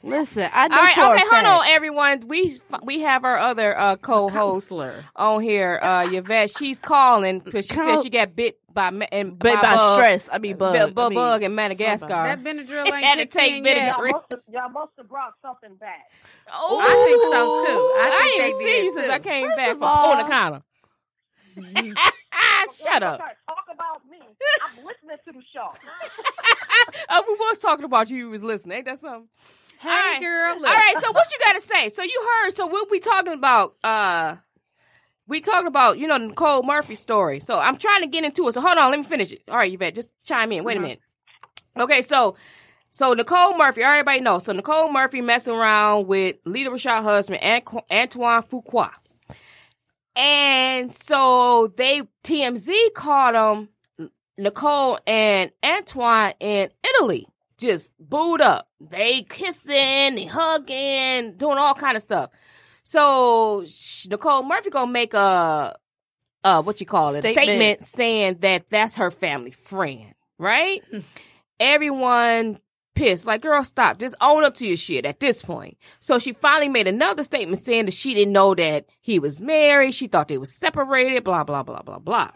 D: Listen, I know
C: All right,
D: for
C: okay,
D: a
C: hold
D: fact.
C: on, everyone. We we have our other uh, co-host
E: Counselor.
C: on here, uh, Yvette. She's calling because she
D: Coun-
C: said she got bit by ma- and
D: Bit by
C: bug,
D: stress. I mean bug. I
C: bug, bug,
D: mean,
C: bug in Madagascar.
D: somebody.
E: That Benadryl ain't
C: Had to
E: kicked
C: take
E: in yet.
C: Benadryl.
F: Y'all must have, y'all must have brought something back.
C: Oh,
E: I think so, too. I think
C: ain't
E: they
C: even
E: did,
C: seen you since
E: too.
C: I came
D: First
C: back
D: of
C: from Punta
D: all-
C: Cana. Shut up.
F: Okay, Talk about me. I'm listening to the show.
C: Uh, we was talking about you. You was listening. Ain't that something?
E: Hey,
C: All right.
E: girl. Look.
C: All right. So what you got to say? So you heard. So what we talking about? Uh, we talking about you know the Nicole Murphy story. So I'm trying to get into it. So hold on. Let me finish it. All right, Yvette. Just chime in. Wait
E: Uh-huh.
C: a minute. Okay. So. So Nicole Murphy, everybody knows. So Nicole Murphy messing around with Lita Rashad's husband Anqu- Antoine Fuqua, and so they TMZ caught him Nicole and Antoine in Italy just booed up. They kissing, they hugging, doing all kind of stuff. So sh- Nicole Murphy gonna make a, uh, what you call it,
D: Statement.
C: a statement saying that that's her family friend, right? Everyone pissed, like girl, stop, just own up to your shit at this point. So she finally made another statement saying that she didn't know that he was married. She thought they were separated. Blah blah blah blah blah.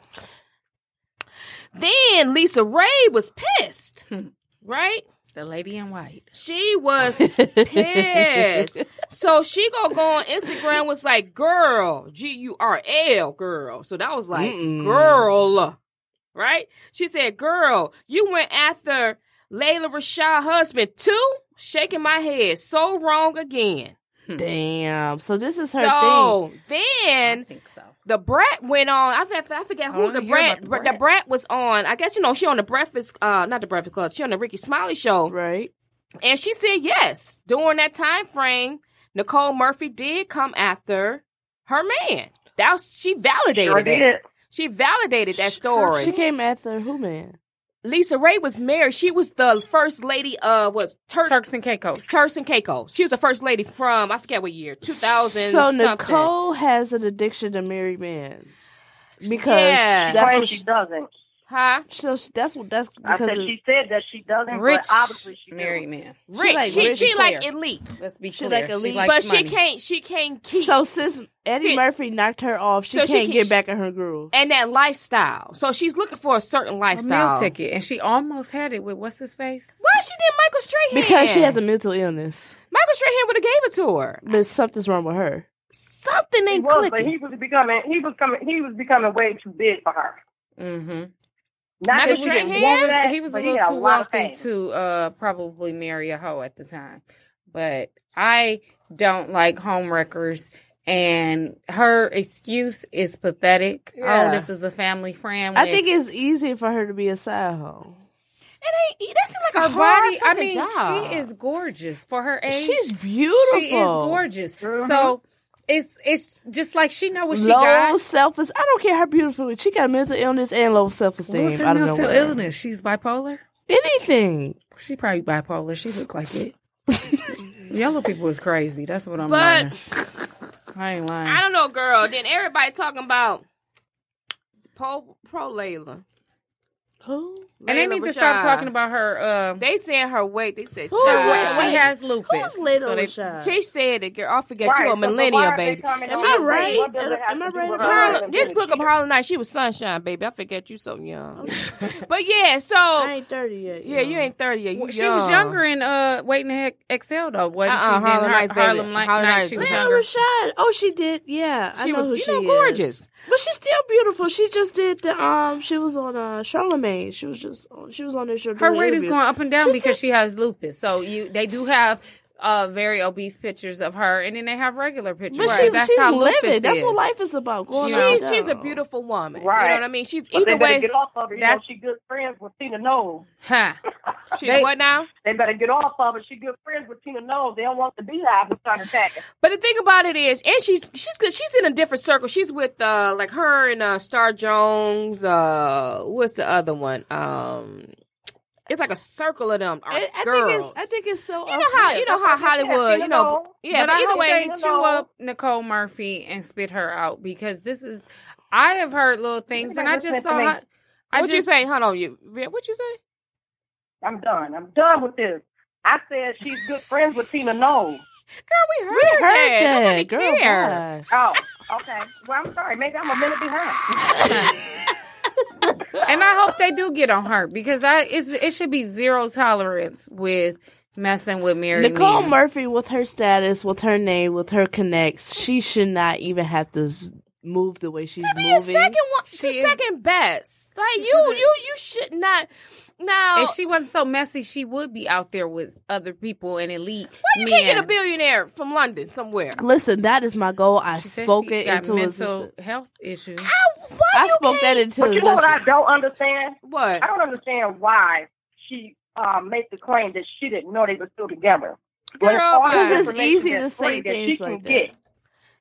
C: Then Lisa Ray was pissed,
D: Hmm.
C: right?
E: The lady in white.
C: She was pissed. so she gonna go on Instagram was like, girl, G U R L, girl. So that was like,
D: Mm-mm.
C: girl, right? She said, girl, you went after Layla Rashad husband too? Shaking my head, so wrong again.
D: Damn. So this is her thing.
C: so
E: I
C: then
E: think so.
C: the brat went on. I, forget- I forget
E: I
C: who
E: wanna
C: the
E: hear
C: brat,
E: about the
C: the
E: Brat.
C: brat was on. I guess you know she on the Breakfast, uh, not the Breakfast Club. She on the Ricky Smiley show,
D: Right.
C: and she said yes during that time frame. Nicole Murphy did come after her man. That was, she validated
F: Sure
C: it.
F: did.
C: She validated that story.
D: She came after who man?
C: Lisa Ray was married. She was the first lady of was Turk,
E: Turks and Caicos.
C: Turks and Caicos. She was the first lady from I forget what year, two thousand.
D: So
C: something.
D: Nicole has an addiction to married men. Because
C: Yeah.
D: that's
F: Claims
D: what
F: she
D: she,
F: doesn't.
C: Huh?
D: So she, that's what that's
F: I
D: because
F: said
D: of,
F: she said that she doesn't,
C: Rich
F: but obviously she
E: Married
F: do.
E: man.
C: Rich. She
D: like
C: she,
D: rich
E: and
C: like
E: clear.
C: elite.
E: Let's be
D: She
E: clear.
D: like elite.
E: she likes
C: but
E: money.
C: she can't she can't keep
D: so since Eddie
C: She-
D: Murphy knocked her off, she
C: So she
D: can't
C: can-
D: get back in her groove.
C: and that lifestyle. So she's looking for a certain
E: A meal
C: lifestyle.
E: ticket, and she almost had it with what's his face.
C: Why she did Michael Strahan?
D: Because she has a mental illness,
C: Michael Strahan would have gave it to her.
D: but something's wrong with her.
C: Something
F: He
C: ain't
F: was, but
C: clicking.
F: he was becoming he was coming he was becoming way too big for her.
E: Mm-hmm.
F: Not
C: Michael
F: that he didn't
C: Strahan?
F: want
C: He was-
F: that,
E: He was a
F: but
E: little
F: had
E: too
F: lot of
E: wealthy
F: fame.
E: to uh, probably marry a hoe at the time, but I don't like homewreckers. And her excuse is pathetic.
D: Yeah.
E: Oh, this is a family friend.
D: I
E: when
D: think it's easy for her to be a side hoe.
C: It ain't. That's like
E: her
C: a
E: body. I mean,
C: job.
E: she is gorgeous for her age.
D: She's beautiful.
E: She is gorgeous.
F: Mhm.
E: So it's it's just like she know what she
D: low
E: got.
D: self esteem. I don't care how beautiful she got mental illness and low self esteem.
E: What's
D: I
E: her
D: don't
E: mental
D: know where.
E: illness? She's bipolar.
D: Anything.
E: She probably bipolar. She look like it. Yellow people is crazy. That's what I'm
C: But-
E: learning. I ain't lying.
C: I don't know, girl. Then everybody talking about pro pro Layla.
D: Who?
E: and they
C: Layla
E: need to
C: Rashad.
E: stop talking about her. Um,
C: They saying her weight. They said
D: Who
E: her
C: child.
E: weight.
D: is
E: she
D: Wait,
E: has lupus.
D: Who's little
E: So they-
D: Rashad?
C: She said it, girl. I forget
F: Right,
C: you
F: so
C: a
F: then why
C: millennial,
F: are they
C: baby.
F: coming
D: Am
F: out
D: I
F: and saying,
D: right?
F: what does it have
D: Am
F: to
D: I
F: do
D: right
F: with
D: about
F: her
D: that?
C: Harlem,
F: husband
C: just
F: being
C: look up
F: here?
C: Harlem Night. She was sunshine, baby. I forget you so young. but yeah, so
D: ain't thirty yet.
C: yeah, you ain't thirty yet. You
E: Well, she was
C: young.
E: younger in uh, waiting to Heck- excel though, wasn't she?
C: Uh-uh,
E: Then
C: Harlem
E: Har-
C: Nights, baby.
E: Harlem Night-
C: Harlem
E: Night,
C: Nights
E: She
C: was
E: was
D: Leah
E: younger.
D: Rashad. Oh, she did. Yeah, I
C: She
D: know
C: was-
D: who
C: you
D: she
C: know,
D: is.
C: gorgeous.
D: but she's still beautiful. She just did the um. She was on uh Charlemagne. She was just on, she was on this show.
E: her
D: doing
E: weight is
D: interview.
E: going up and down
D: She's
E: because she has lupus. So you, they do have uh, very obese pictures of her, and then they have regular pictures.
D: But
E: So
D: she,
E: that's
D: she's
E: how
D: living.
E: lupus
D: That's
E: is.
D: what life is about. Going up and
C: She's she's a
D: down.
C: beautiful woman. You know
F: Right.
C: what I mean? She's
F: But they
C: either
F: better
C: way.
F: get off of her. You know
E: that's-
F: she good friends with Tina Knowles.
E: Huh.
C: She's
E: They-
C: what now?
F: They better get off of her. She good friends with Tina Knowles. They don't want the beehive to start attacking.
C: But the thing about it is, and she's she's good. She's in a different circle. She's with uh like her and uh Star Jones. Uh, what's the other one? Um, it's like a circle of them. Are
D: I, I
C: girls.
D: think it's. I think oh, it's so.
C: you know how you know how
F: That's what I said,
C: Hollywood.
F: you
C: You know,
F: know.
C: yeah.
E: but,
C: But,
E: I
C: either
E: hope
C: way,
E: they
F: you
E: chew
F: know.
E: up Nicole Murphy and spit her out because this is. I have heard little things, and I
F: Listen
E: just
F: to
E: saw.
F: me.
E: How, I
C: what
E: just
C: you say? Hold on, you. Rhea, What you say?
F: I'm done. I'm done with this. I said she's good friends with Tina Knowles.
C: Girl, we heard,
D: heard
C: that. Nobody
D: that. Girl,
C: care.
D: bye.
F: Oh, okay. Well, I'm sorry. Maybe I'm a minute behind.
E: and I hope they do get on her because I it's, it should be zero tolerance with messing with married
D: Nicole
E: men.
D: Murphy, with her status, with her name, with her connects, she should not even have to s- move the way she's
C: to be a
D: moving.
C: second one, to
E: She is-
C: second best. Like
E: She
C: you,
E: couldn't-
C: you, you should not. Now,
E: If she wasn't so messy, she would be out there with other people and elite.
C: you
E: men.
C: can't get a billionaire from London somewhere.
D: Listen, that is my goal. I
E: She said
D: spoke
E: she
D: it
E: got
D: into
E: mental
D: existence.
E: health issues.
C: How- why
D: I
C: you
D: spoke that
C: can't-
D: into
F: But you know what I
D: existence.
F: don't understand?
C: What?
F: I don't understand why she uh, made the claim that she didn't know they were still together. When
C: Girl,
F: all the
C: because it's
F: information
D: easy
F: that's
D: to say
F: free that she
D: things
F: can
D: like that.
F: Get,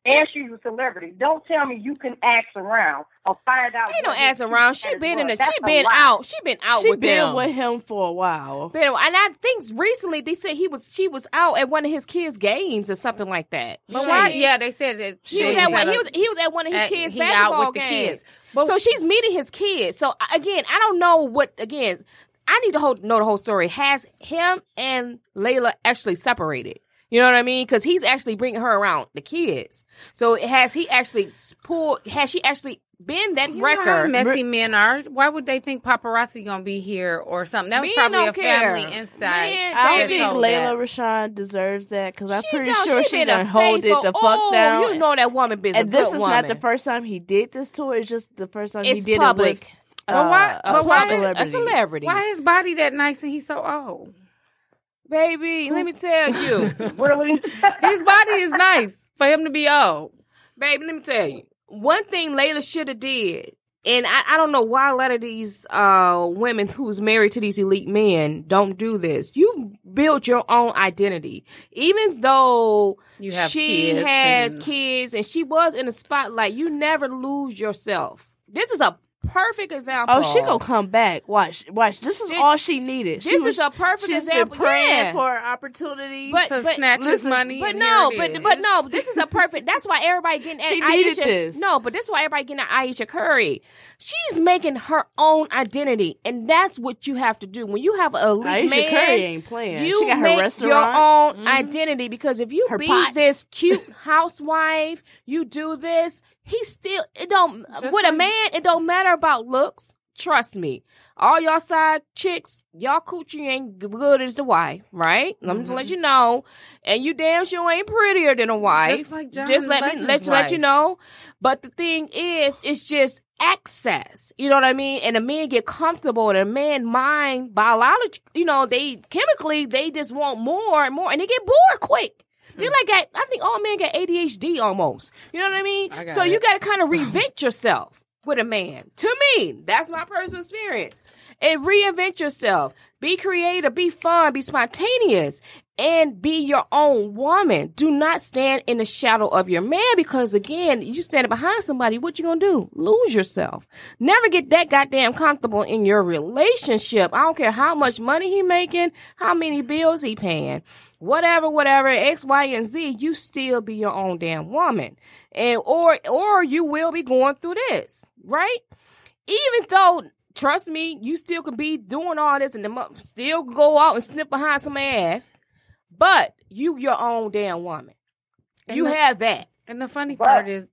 F: and she's a celebrity. Don't tell me you can ask around or find out.
C: Ain't no
F: what
C: ass
F: his
C: around.
F: secret
C: She been in
F: was.
C: a,
F: That's
C: she been
F: lie.
C: out. She been out
D: She
C: with
D: been
C: them.
D: with him for a while.
C: Been- and I think recently they said he was she was out at one of his kids' games or something like that.
E: But why? Yeah, they said that
C: He was
E: she
C: at
E: at
C: one, he was he was at one of his
E: at-
C: kids'
E: he
C: basketball
E: out with the
C: games.
E: kids. But-
C: so she's meeting his kids. So I- again, I don't know what again. I need to whole, know the whole story. Has him and Layla actually separated? You know what I mean? Because he's actually bringing her around the kids. So has he actually s- pulled? Has she actually been that
E: You know
C: wrecker?
E: how messy men are. Why would they think paparazzi gonna be here or something? That was
C: Men
E: probably
C: don't
E: a family
C: care.
E: insight.
C: Men
D: I
E: that
D: don't think
E: told that.
D: Layla Rashawn deserves that because I'm
C: She
D: pretty
C: don't-
D: sure she,
C: been a
D: done hold it
C: faithful-
D: the fuck
C: Oh,
D: down.
C: You know that woman business.
D: and this is not the first time he did this to her. It's just the first time he
C: It's
D: did
C: public.
D: it with.
C: But
D: uh,
E: why-
D: a
E: but why-
D: pop celebrity.
C: A celebrity.
E: Why his body that nice and he's so old?
C: Baby, let me tell you.
F: Really?
E: His body is nice for him to be old.
C: baby, let me tell you. One thing Layla should have did, and I, I don't know why a lot of these uh, women who's married to these elite men don't do this. You build your own identity, even though
E: You have
C: she
E: kids
C: had
E: and-
C: kids and she was in the spotlight. You never lose yourself. This is a perfect example.
D: Oh, she gonna come back. Watch, watch. This is
C: Thi-
D: all she needed. She
C: this
D: was-
C: is a perfect
D: she's
C: example.
D: Been praying
C: Yeah.
D: for an opportunity.
C: but,
E: to
C: but
E: snatch his money
C: But
E: and
C: no,
E: here it
C: but but
E: is.
C: no, this is a perfect. That's why everybody getting at
D: She
C: Aisha.
D: needed this.
C: No, but this is why everybody getting at Aisha Curry. She's making her own identity, and that's what you have to do when you have a elite
D: Aisha
C: man.
D: Curry ain't playing.
C: You
D: she got
C: make
D: her restaurant. Mm-hmm.
C: your own identity because if you
D: Her
C: be
D: pots.
C: this cute housewife, you do this. He still it don't
E: Just
C: with a
E: like-
C: man. It don't matter about looks. Trust me, all y'all side chicks, y'all coochie ain't good as the wife, right? I'm just
D: Mm-hmm.
C: let you know, and you damn sure ain't prettier than a wife.
E: Just like John
C: Just let me
E: Legend's
C: let you let you
E: wife.
C: know. But the thing is, it's just access. You know what I mean? And the men get comfortable, and a man mind biological. You know, they chemically they just want more and more, and they get bored quick. They
E: Mm.
C: like got, I think all men got ADHD almost. You know what I mean?
E: I got
C: so you
E: it.
C: got to kind of reinvent yourself with a man. To me, that's my personal experience. And reinvent yourself. Be creative, be fun, be spontaneous, and be your own woman. Do not stand in the shadow of your man because again, you standing behind somebody, what you gonna do? Lose yourself. Never get that goddamn comfortable in your relationship. I don't care how much money he making, how many bills he paying, whatever, whatever, X, Y, and Z, you still be your own damn woman. And or or you will be going through this, right? even though trust me, you still could be doing all this and the mo- still go out and sniff behind some ass, but you your own damn woman.
E: And
C: you
E: the-
C: have that.
E: And the funny
F: But-
E: part is,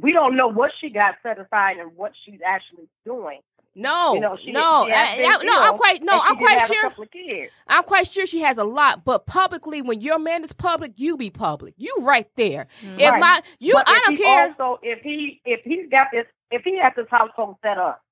F: We don't know what she got set aside and what she's actually doing.
C: No,
F: You know, she,
C: no,
F: she
C: I-
F: has been
C: I- no.
F: ill,
C: I'm quite no.
F: and she
C: I'm
F: did
C: quite
F: have a
C: sure.
F: couple of kids.
C: I'm quite sure she has a lot, but publicly, when your man is public, you be public. You right there. If
F: Mm. Right.
C: my you,
F: But
C: I
F: if
C: don't
F: he
C: care.
F: Also, if he if he's got this, if he has this household set up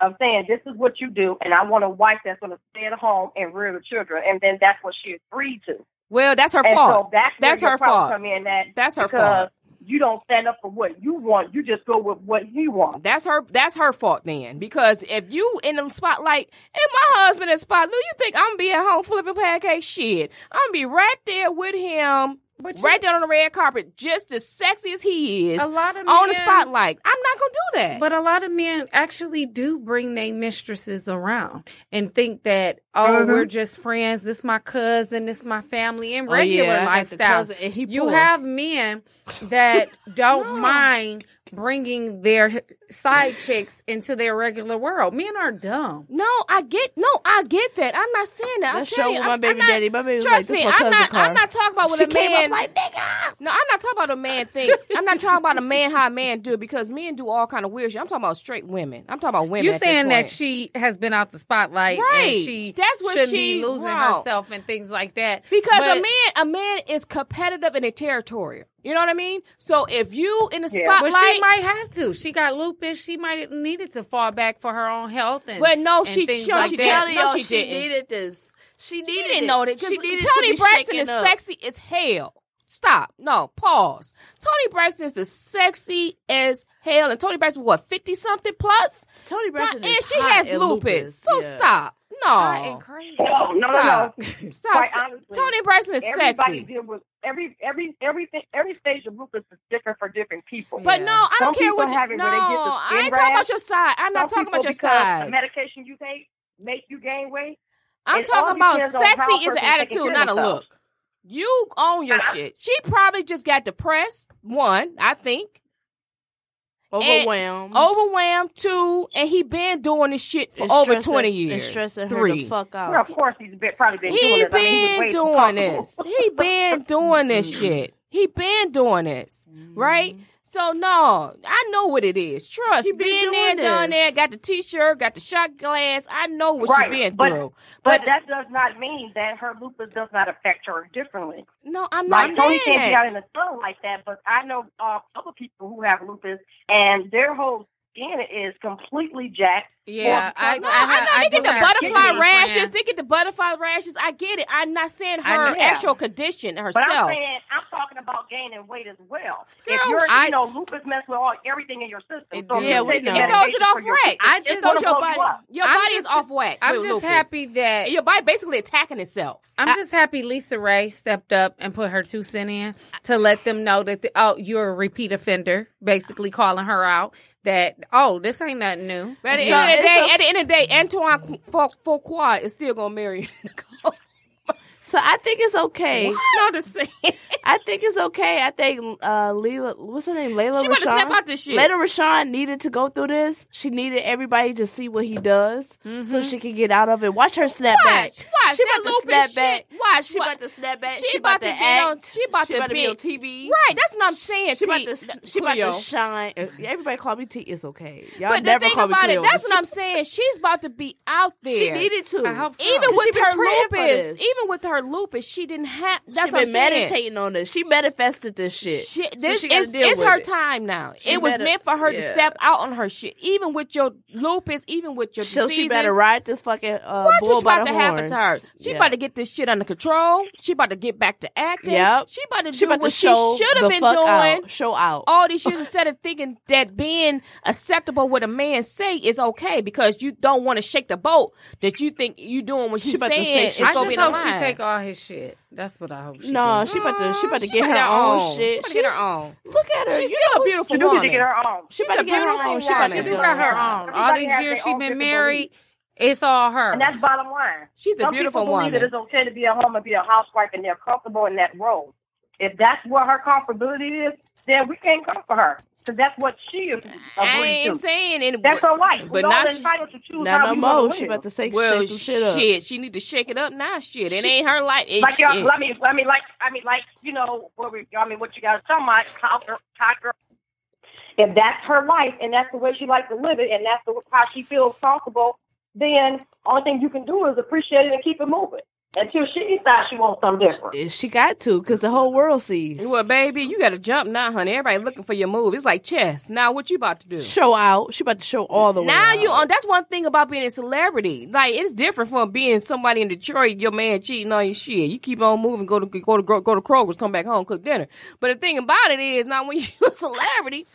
F: of saying this is what you do, and I want a wife that's going to stay at home and rear the children, and then that's what she agreed to.
C: well, that's her
F: and
C: fault.
F: so that's
C: That's
F: where
C: her
F: your problem
C: fault.
F: Come in that
C: That's her
F: because
C: fault.
F: you don't stand up for what you want. You just go with what he wants.
C: That's her. That's her fault then, because if you in the spotlight and my husband in spotlight, you think I'm be at home flipping pancakes? Shit, I'm be right there with him,
E: But
C: right there on the red carpet, just as sexy as he is
E: a lot of
C: on the
E: men-
C: spotlight. I'm not gonna do that.
E: But a lot of men actually do bring their mistresses around and think that, oh,
C: Mm-hmm.
E: we're just friends. This my cousin. This my family. And
D: Oh, yeah,
E: regular
D: I got the
E: lifestyles.
D: cousin, and he
E: you
D: poor.
E: have men that don't mind bringing their side chicks into their regular world. Men are dumb.
C: no, I get no, I get that. I'm not saying that. I'm
D: That show
C: telling
D: with
C: you,
D: my
C: I'm,
D: baby
C: I'm not,
D: daddy. My baby was
C: Trust
D: like, "This
C: me,
D: my
C: I'm
D: cousin
C: not.
D: car."
C: I'm not talking about what
D: she
C: a man.
D: came up like, nigga.
C: No, I'm not talking about a man thing. I'm not talking about a man how a man do it because men do all kind of weird shit. I'm talking about straight women. I'm talking about women.
E: You
C: at this
E: saying that
C: point.
E: she has been out the spotlight
C: Right.
E: and she
C: That's where
E: shouldn't
C: she
E: be losing
C: wrong.
E: herself and things like that.
C: Because
E: But-
C: a man, a man is competitive in a territory. You know what I mean? So if you in the
E: But
C: spotlight,
E: she might have to. She got lupus. She might have needed to fall back for her own health. And,
C: Well, no,
E: and
C: she-
E: things
C: she-
E: like
C: she
E: that.
C: tell
D: Telling
C: No,
D: y'all
C: she
D: she,
C: didn't.
D: needed this. She needed.
C: she didn't
D: it.
C: know that
D: She
C: because
D: needed to
C: Tony
D: be
C: Braxton
D: shaken
C: is
D: up.
C: sexy as hell. Stop. No, pause. Tony Braxton is as sexy as hell, and Tony Braxton what fifty something plus,
D: Tony Braxton
C: and
D: is
C: she
D: hot
C: has
D: and
C: lupus. So
D: Yeah.
C: stop.
E: Hot
C: No,
E: and crazy.
F: No, no, no,
C: Stop.
F: no.
C: stop.
F: Quite honestly,
C: Tony Braxton is
F: Everybody
C: sexy.
F: deal with every every everything. Every stage of lupus is different for different people.
C: But no, I
F: Some
C: don't care
F: people
C: what. You,
F: have it
C: no,
F: where they get the
C: I
F: skin
C: ain't talking about
F: rash.
C: your size. I'm not
F: Some
C: talking about
F: people,
C: your
F: because
C: size.
F: The medication you take make you gain weight.
C: I'm
F: It all
C: talking about
F: depends on how
C: sexy
F: a
C: is
F: person
C: an
F: taking
C: attitude,
F: care of
C: not a
F: themselves.
C: look. You own your shit. She probably just got depressed, one, I think.
D: Overwhelmed.
C: Overwhelmed, two, and he been doing this shit oh, for
D: And
C: over
D: stressing-
C: 20
D: and
C: years.
D: stressing her
C: three.
D: the fuck out.
F: Well, of course he's been, probably been doing
C: Oh. he
F: this. I mean, he was
C: been
F: way too
C: doing
F: comfortable.
C: this. He been doing this shit. He been doing this, right? So no, I know what it is. Trust,
D: He been
C: been there,
D: doing
C: done that.
D: this.
C: Got the t-shirt, got the shot glass. I know what
F: Right,
C: she been
F: but-
C: through.
F: But that does not mean that her lupus does not affect her differently.
C: no, I'm not
F: Like Tony
C: saying
F: can't
C: that.
F: be out in the sun like that, but I know uh, other people who have lupus and their whole skin is completely jacked.
E: Yeah, I,
C: No,
E: I,
C: I,
E: ha-
C: know they
E: I
C: get
E: do
C: the
E: have
C: butterfly
E: kidney
C: rashes.
E: plans.
C: They get the butterfly rashes. I get it. I'm not saying
E: I
C: her
F: know.
C: actual condition
F: But
C: herself.
F: I'm saying I'm talking about gaining weight as well. if
C: Girl,
F: you're,
G: I-
F: you know, lupus messes with all everything in your system.
E: It
F: so
E: do.
F: if you're
E: Yeah, we know.
F: taking
G: It throws it
F: medication
G: off
F: for your-
G: rack.
C: I
F: it's
C: just
F: gonna
C: throw your
F: blow you
C: body.
F: up.
C: Your
E: I'm
C: body is
E: just-
C: off whack.
E: I'm
C: with
E: just
C: lupus.
E: happy that
C: Your body basically attacking itself.
E: I'm just happy Lisa Ray stepped up and put her two cent in to let them know that the, oh you're a repeat offender, basically calling her out that oh this ain't nothing new.
C: But at the
D: So
C: end of the
D: it's
C: day,
D: a-
C: at the end of the day, Antoine Qu- Fau- Fuqua is still gonna marry Nicole.
D: So I think it's okay.
C: no, the same.
D: I think it's okay. I think uh Leila what's her name? Layla
C: She
D: Rashawn.
C: wanna snap out this shit.
D: Layla Rashawn needed to go through this. She needed everybody to see what he does so she can get out of it. Watch her snap back.
C: Mm-hmm. Watch, watch
D: She
C: that
D: about to
C: lupus
D: snap
C: shit.
D: back.
C: Watch,
D: She
C: what-
D: about to snap back.
C: She
D: She
C: about
D: about
C: to
D: to
C: be on-
D: act.
C: she about
D: She
C: to
D: about to
C: be-
D: be on TV.
C: Right, that's what I'm saying.
D: She
C: T.
D: about to s- she about
C: Cleo.
D: to shine. Uh, Everybody call me T. It's okay. Y'all
C: But the
D: never
C: thing
D: call me
C: about
D: Cleo.
C: it, that's what I'm saying. She's about to be out there.
D: she needed to.
E: I hope so.
C: even
D: She
C: with
D: been
C: her
D: praying for
C: lupus,
D: this.
C: even with her lupus, she didn't have. That's what
D: She been
C: I'm saying.
D: meditating on this. She manifested this shit.
C: She,
D: So
C: this
D: she gotta
C: is
D: deal
C: it's
D: with
C: her
D: it.
C: time now. it
D: She
C: was
D: better-
C: meant for her to
D: yeah.
C: step out on her shit. Even with your lupus, even with your
D: So
C: diseases,
D: she better ride this fucking uh,
C: Watch
D: bull
C: what's
D: by
C: about
D: the
C: to happen
D: horns.
C: to her. She
D: Yeah.
C: about to get this shit under control. She about to get back to acting.
D: Yep.
C: She about to
D: She
C: do
D: about
C: what
D: to show
C: she should have
D: the
C: been
D: fuck
C: doing Oh,
D: out. Show out.
C: all these years instead of thinking that being acceptable what a man say is okay because you don't want to shake the boat that you think you doing what she's
D: about to
C: saying.
D: say
C: is
D: she-
E: I
C: gonna be
E: just
C: the
E: hope she
C: line.
E: take all his shit. That's what I hope she
D: No,
E: do.
D: she about to she about to
C: She
D: get her
C: about
D: own,
C: She
D: shit.
C: about to get her own.
D: Look at her.
C: She's
D: you
C: still
D: know,
C: a beautiful
F: She do need
C: woman.
F: to get her um, own.
D: She
C: She's
D: about
C: a
D: to get her
C: beautiful
D: own. She
C: woman.
D: about
E: She
D: to
E: do
D: get
E: got her
D: own.
E: own. All these
F: Everybody has
E: years
F: their
E: she
F: own
E: been
F: different
E: married, it's all her.
F: And that's bottom line.
C: She's a
F: Some
C: beautiful
F: people
C: woman.
F: believe that it's okay to be a home and be a housewife, and they're comfortable in that role. If that's where her comfortability is, then we can't come for her because that's what she is
C: I
F: agreed
C: ain't
F: to.
C: saying it,
F: That's her life.
C: But
F: we all
C: now she-
F: entitled to choose how
D: Not no
F: we wanna
D: more. She
F: live.
D: about to say
C: well,
D: shake some shit up.
C: She need to shake it up now. Shit, it ain't her life. It's
F: like
C: shit.
F: y'all, I mean, I mean, like, I mean, like, you know, what we, I mean, what you guys talking about, hot girl, hot girl. If that's her life and that's the way she likes to live it, and that's the, how she feels comfortable, then only thing you can do is appreciate it and keep it moving until she decides she wants something different.
D: Yeah, She got to because the whole world sees.
C: well, baby, you got to jump now, honey. Everybody looking for your move. It's like chess. Now, what you about to do?
D: show out. She about to show all the way.
C: Now
D: out.
C: you on. That's one thing about being a celebrity. Like it's different from being somebody in Detroit. Your man cheating on your shit. You keep on moving. Go to go to Gro- go to Kroger's. Come back home. Cook dinner. But the thing about it is, not when you a celebrity.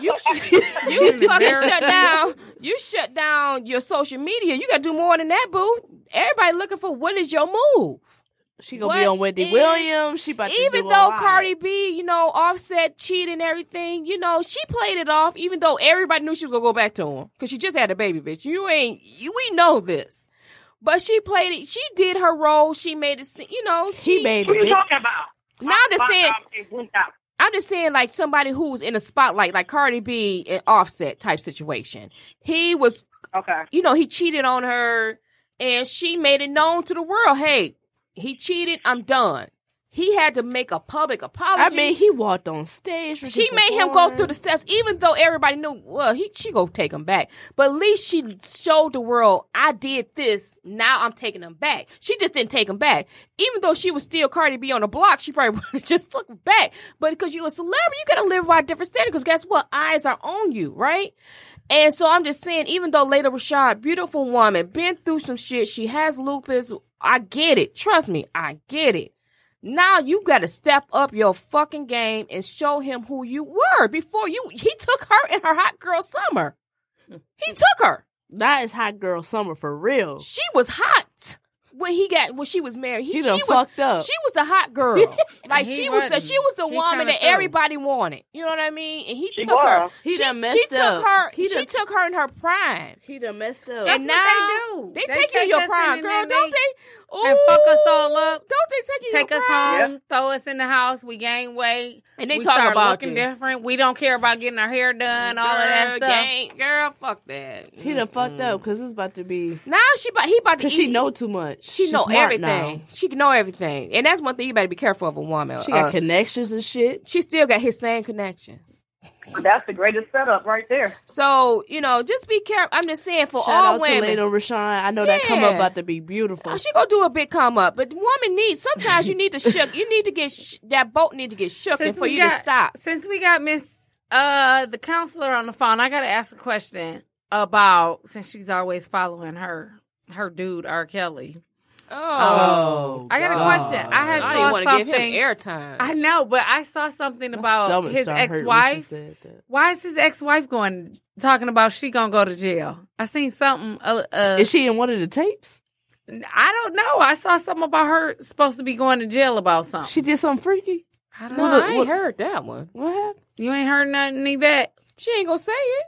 C: You sh- you fucking shut down. You shut down your social media. You got to do more than that, boo. Everybody looking for what is your move.
D: She gonna be
C: What
D: on Wendy
C: is-
D: Williams. She about to
C: Even
D: do a
C: though
D: lot.
C: Cardi B, you know, offset cheating and everything, you know, she played it off. Even though everybody knew she was gonna go back to him because she just had a baby, bitch. You ain't, you, we know this. But she played it. She did her role. She made it. se- You know, she,
D: he made a
F: What are you
D: big
F: talking about?
C: Now I'm just saying.
F: saying.
C: I'm just saying, like somebody who was in the spotlight, like Cardi B, and Offset type situation. He was
F: Okay.
C: you know, he cheated on her and she made it known to the world, hey, he cheated, I'm done. He had to make a public apology.
D: I mean, he walked on stage. when
C: she made him go
D: performed.
C: through the steps, even though everybody knew, well, he she gonna take him back. But at least she showed the world, I did this, now I'm taking him back. She just didn't take him back. Even though she was still Cardi B on the block, she probably would have just took him back. But because you a celebrity, you gotta live by a different standard. Because guess what? Eyes are on you, right? And so I'm just saying, even though Layla Rashad, beautiful woman, been through some shit, she has lupus. I get it. Trust me, I get it. Now you got to step up your fucking game and show him who you were before you. He took her in her hot girl summer. He took her.
D: That is hot girl summer for real.
C: She was hot when he got when she was married. He,
D: He done
C: she was
D: fucked up.
C: she was a hot girl. like
E: He
C: she was the,
E: wasn't.
C: she was the
E: He
C: woman
E: kinda
C: that
E: threw.
C: everybody wanted. You know what I mean? And he
F: She
C: took her.
F: was.
D: He
C: she,
D: done
C: she
D: messed
C: took
D: up.
C: her.
D: He
C: she
D: done
C: took her in her prime.
D: He done messed up.
E: That's
C: and
E: what
C: now
E: they do.
C: They,
E: They
C: take you
E: take
C: your
E: us
C: prime,
E: in and
C: girl.
E: then
C: Don't
E: they-
C: they?
E: and fuck us
C: Ooh,
E: all up.
C: Don't they take you?
E: Take
C: your
E: us
C: prime?
E: home, throw us in the house. We gain weight,
C: And they
E: we
C: talk
E: start
C: about
E: looking
C: you.
E: different. We don't care about getting our hair done, all of that
C: Girl,
E: stuff.
C: gang- girl, fuck that.
D: he done fucked up because it's about to be.
C: Now she about he about to eat.
D: Cause she know too much.
C: she
D: She's
C: know
D: smart
C: everything.
D: now.
C: She can know everything, and that's one thing you better be careful of a woman.
D: She got
C: Uh,
D: connections and shit.
C: she still got his same connections.
F: That's the greatest setup right there.
C: So you know, just be careful. I'm just saying for
D: Shout
C: all
D: out
C: women.
D: to Lena Rashawn. I know that come
C: Yeah.
D: up about to be beautiful.
C: Oh, she gonna do a big come up, but the woman needs. Sometimes you need to shook. You need to get sh- that boat need to get shook and for
E: we
C: you
E: got,
C: to stop.
E: Since we got Miss uh the counselor on the phone, I gotta ask a question about since she's always following her her dude R. Kelly.
C: Oh,
E: I got a
D: God.
E: question. I had
C: I didn't
E: saw
C: want to give
E: something.
C: him airtime.
E: I know, but I saw something
D: My
E: about
D: stomach
E: his
D: started hurting when she
E: ex-wife.
D: said that.
E: Why is his ex-wife going talking about she gonna go to jail? I seen something. Uh, uh,
D: Is she in one of the tapes?
E: I don't know. I saw something about her supposed to be going to jail about something.
D: She did something freaky.
E: I don't
C: no,
E: know.
C: I ain't heard that one.
D: What happened?
E: You ain't heard nothing, Yvette.
C: She ain't gonna say it.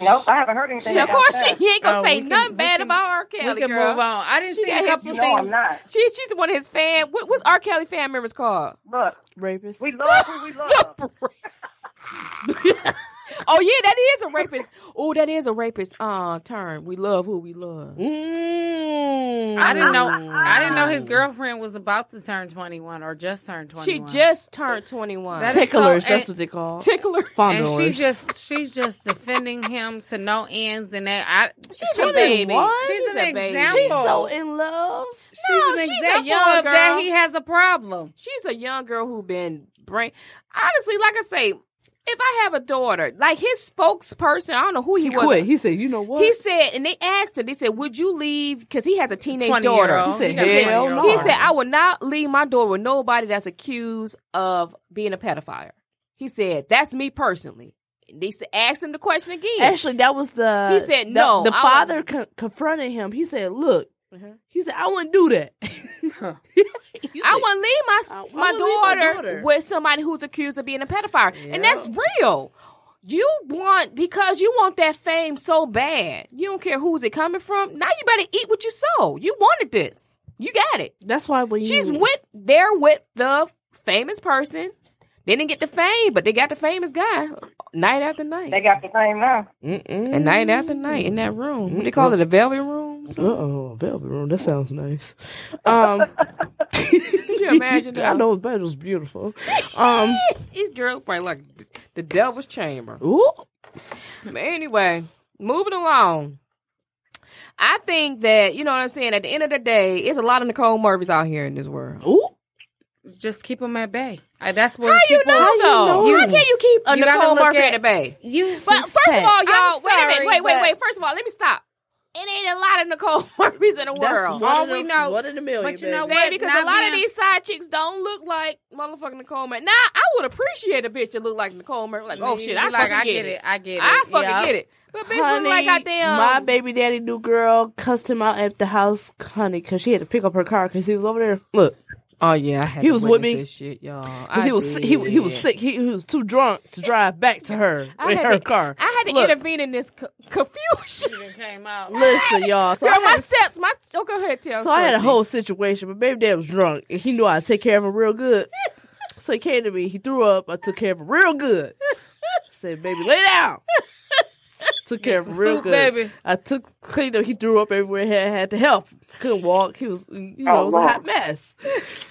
F: Nope, I haven't heard anything.
C: She, of
F: about
C: course,
F: that.
C: she ain't gonna
E: Oh,
C: say
E: we can-
C: nothing
E: we
C: bad
E: can-
C: about R.
E: We
C: Kelly.
E: can
C: girl.
E: move on. I didn't
C: She
E: see
C: got
E: a
C: his-
E: couple
C: you
F: No, I'm
E: things.
F: not.
C: She, she's one of his fan. What, what's R. Kelly fan members called?
F: Look,
D: Rapist.
F: we love who we love.
C: Oh yeah, that is a rapist. Oh, that is a rapist uh term. We love who we love.
D: Mm.
E: I didn't know. I didn't know
C: Mm.
E: his girlfriend was about to turn twenty one or just turned twenty
C: She
E: one.
C: just turned twenty one.
E: That is-
D: Ticklers,
E: So, and-
D: that's what they call.
C: Tickler.
E: and
D: Fondlers.
E: she's just she's just defending him to no ends, and that I
C: She's a baby.
E: She's,
C: She's
E: an
C: a baby.
E: example.
D: She's so in love.
E: She's
C: No,
E: an
C: she's a
E: example
C: young
E: of that
C: girl.
E: he has a problem.
C: She's a young girl who been brain. Honestly, like I say, if I have a daughter, like his spokesperson, I don't know who he, was.
D: Quit. He said, "You know what?"
C: He said, and they asked him. They said, "Would you leave?" Because he has a teenage
E: 20-year-old.
C: daughter.
D: He said,
E: got a
D: "Hell
E: 20-year-old
D: no."
C: He
D: Sorry.
C: said, I will not leave my door with nobody that's accused of being a pedophile. He said, That's me personally. And they said, Ask him the question again.
D: Actually, that was the.
C: He said,
D: the-
C: "No,
D: The
C: I
D: father
C: won't."
D: con- confronted him. He said, "Look."
C: Mhm.
D: He said, "I wouldn't do that." He said,
C: I wouldn't leave my,
D: I- I wouldn't
C: my,
D: leave my
C: daughter
D: daughter.
C: with somebody who's accused of being a pedophile.
D: Yep.
C: And that's real. You want, because you want that fame so bad. You don't care who's it coming from. Now you better eat what you sow. You wanted this. You got it.
D: That's why when you
C: She's with there with the famous person. They didn't get the fame, but they got the famous guy night after night
F: They got the same now.
D: Mm-mm.
C: and night after night in that room. What they call it a velvet room.
D: Uh oh, velvet room. That sounds nice. Um,
C: Could you imagine?
D: I
C: that?
D: know but it was beautiful. Um,
C: these girls probably like th- the devil's chamber.
D: ooh,
C: But anyway, moving along. I think that you know what I'm saying. At the end of the day, it's a lot of Nicole Murphys out here in this world.
D: ooh.
E: Just keep him at bay. Uh, that's what
C: How you
E: people-
C: know though?
E: You-
C: How can you keep a
E: you gotta
C: Nicole
E: look
C: Murphy
E: at-
C: at the bay?
E: You
C: But first of all, y'all,
E: I'm
C: wait a minute,
E: sorry,
C: wait, wait,
E: but-
C: wait. First of all, let me stop. It ain't a lot of Nicole Murphys in the world.
E: one All we know-
D: One in a million.
E: but you know
D: baby.
E: what?
C: Baby, because
E: Not
C: a lot
E: being-
C: of these side chicks don't look like motherfucking Nicole Murphy. Now, I would appreciate a bitch that look like Nicole Murphy. Like, oh
E: You
C: shit,
E: be
C: I
E: like,
C: fucking
E: I
C: get, it.
E: I get it.
C: I fucking
E: Yup.
C: get it. But bitch
D: Honey,
C: look like goddamn.
D: my baby daddy new girl cussed him out at the house, honey, because she had to pick up her car because he was over there. Look,
C: Oh yeah, I had
D: He
C: to
D: was with
C: witness
D: me.
C: This shit, y'all.
D: because
C: I
D: he was si- he wa- he was
C: did.
D: sick. He, he was too drunk to drive back to her
C: I
D: in
C: had
D: her
C: to-
D: car.
C: I had to
D: Look.
C: intervene in this co- confusion.
E: Came out.
D: Listen, y'all. So
C: Girl,
D: I
C: my
D: had,
C: steps, my oh, go ahead, tell.
D: so I had a
C: Stormy.
D: whole situation, but baby dad was drunk and he knew I'd take care of him real good. so he came to me. He threw up. I took care of him real good. Said, "Baby, lay down." Took care of him
E: some
D: real
E: soup,
D: good.
E: baby.
D: I took cleaned up. He threw up everywhere. Had, had to help. Couldn't walk. He was,
C: Oh,
D: you know, it was a hot mess.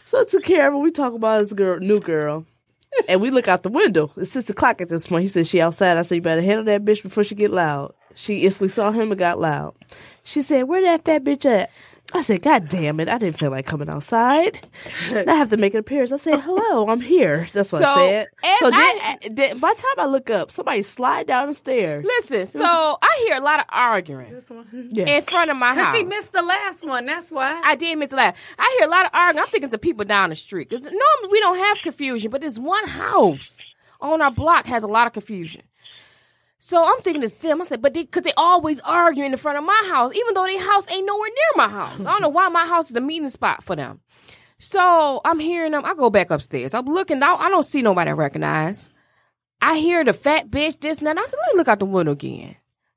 D: So I took care of him. We talk about this girl, new girl, and we look out the window. It's six o'clock at this point. He said she outside. I said you better handle that bitch before she get loud. She instantly saw him and got loud. She said, "Where that fat bitch at?" I said, "God damn it! I didn't feel like coming outside. Now I have to make an appearance." I said, "Hello, I'm here." That's what I
C: So,
D: said.
C: as
D: So
C: I-
D: then, then by the time I look up, somebody slide down the stairs.
C: Listen, so I hear a lot of arguing
D: Yes.
C: in front of my
E: Because
C: house.
E: she missed the last one. That's why.
C: I did miss the last. I hear a lot of arguing. I'm thinking it's the people down the street. Because normally we don't have confusion, but this one house on our block has a lot of confusion. So I'm thinking it's them. I said, but because they, always arguing in front of my house, even though their house ain't nowhere near my house. I don't know why my house is the meeting spot for them. So I'm hearing them. I go back upstairs. I'm looking. I, I don't see nobody I recognize. I hear the fat bitch this and that. I said, let me look out the window again.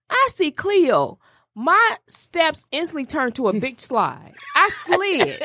C: I see Cleo. My steps instantly turned to a big slide. I slid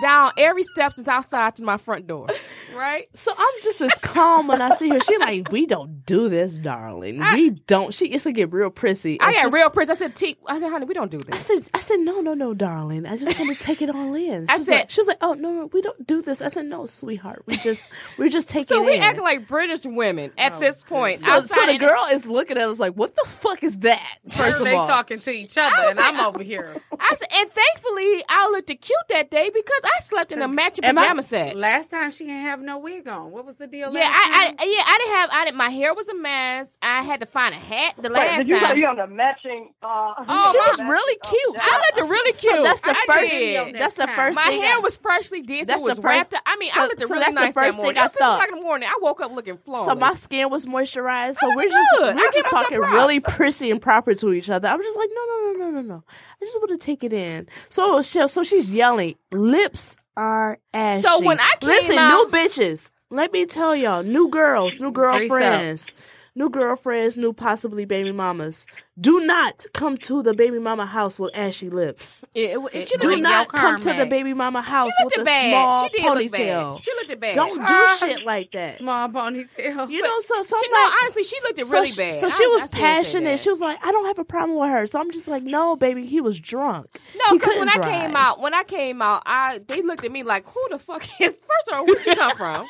C: down every steps that's outside to my front door. Right?
D: So I'm just as calm when I see her. She like, we don't do this, darling.
C: I-
D: we don't. She it's to get real prissy.
C: I
D: It's
C: got
D: just-
C: real prince. I said, T I said, honey, we don't do this.
D: I said, I said, no, no, no, darling. I just want to take it all in.
C: I
D: She's
C: said-
D: like, she was like, oh no, no, we don't do this. I said, no, sweetheart, we just, we're just taking.
C: so
D: it
C: we
D: in.
C: acting like British women at this point.
D: So, so
C: Outside-
D: the girl is looking at us like, what the fuck is that? First of
E: they
D: all,
E: talking to each other, and I'm over here.
C: I said, and thankfully I looked cute that day because was. I slept in a matching
E: Am I-
C: pajama set.
E: Last time she didn't have no wig on. What was the deal?
C: Yeah,
E: last
C: I,
E: time?
C: I yeah, I didn't have I didn't my hair was a mess. I had to find a hat the last
F: you
C: time.
F: you on the matching. Uh,
C: Oh,
D: she
C: my-
D: was really cute.
C: I looked really cute.
D: So that's the
C: I
D: first.
C: did.
D: That's the
E: Next
D: first.
C: My
D: thing
C: hair
D: I-
C: was freshly did, so
D: That's
C: it was
D: the first-
C: wrapped up. I mean,
D: so-
C: I looked
D: so
C: really
D: that's the
C: nice
D: first
C: that morning.
D: thing I
C: It was six
D: thought.
C: o'clock in the morning. I woke up looking flawless.
D: So my skin was moisturized. So
C: looked
D: we're just
C: good. I
D: we're just
C: give myself
D: talking
C: props.
D: really prissy and proper to each other. I'm just like, no, no, no, no, no, no. I just want to take it in. So she, so she's yelling, lips are ashy.
C: So when I came
D: listen,
C: out-
D: new bitches. Let me tell y'all, new girls, new girlfriends, new girlfriends, new possibly baby mamas. Do not come to the baby mama house with ashy lips.
C: Yeah, it, it, she
D: Do
C: looked-
D: not come to the
E: Carmack.
D: baby mama house
C: She looked
D: with a
C: bad.
D: small
C: she did Look
D: ponytail.
C: bad. She looked bad.
D: Don't do
E: Uh,
D: shit like that.
E: small ponytail.
D: You know, so so
C: she-
D: I'm
C: no,
D: like-
C: honestly, she looked
D: so
C: really
D: she-
C: bad.
D: So she
C: I- I
D: was
C: shouldn't say
D: passionate.
C: that.
D: She was like, I don't have a problem with her. So I'm just like, no, baby, he was drunk.
C: No,
D: He
C: because when
D: couldn't
C: I came
D: drive.
C: out, when I came out, I they looked at me like, "Who the fuck is?" First of all, where'd you come from?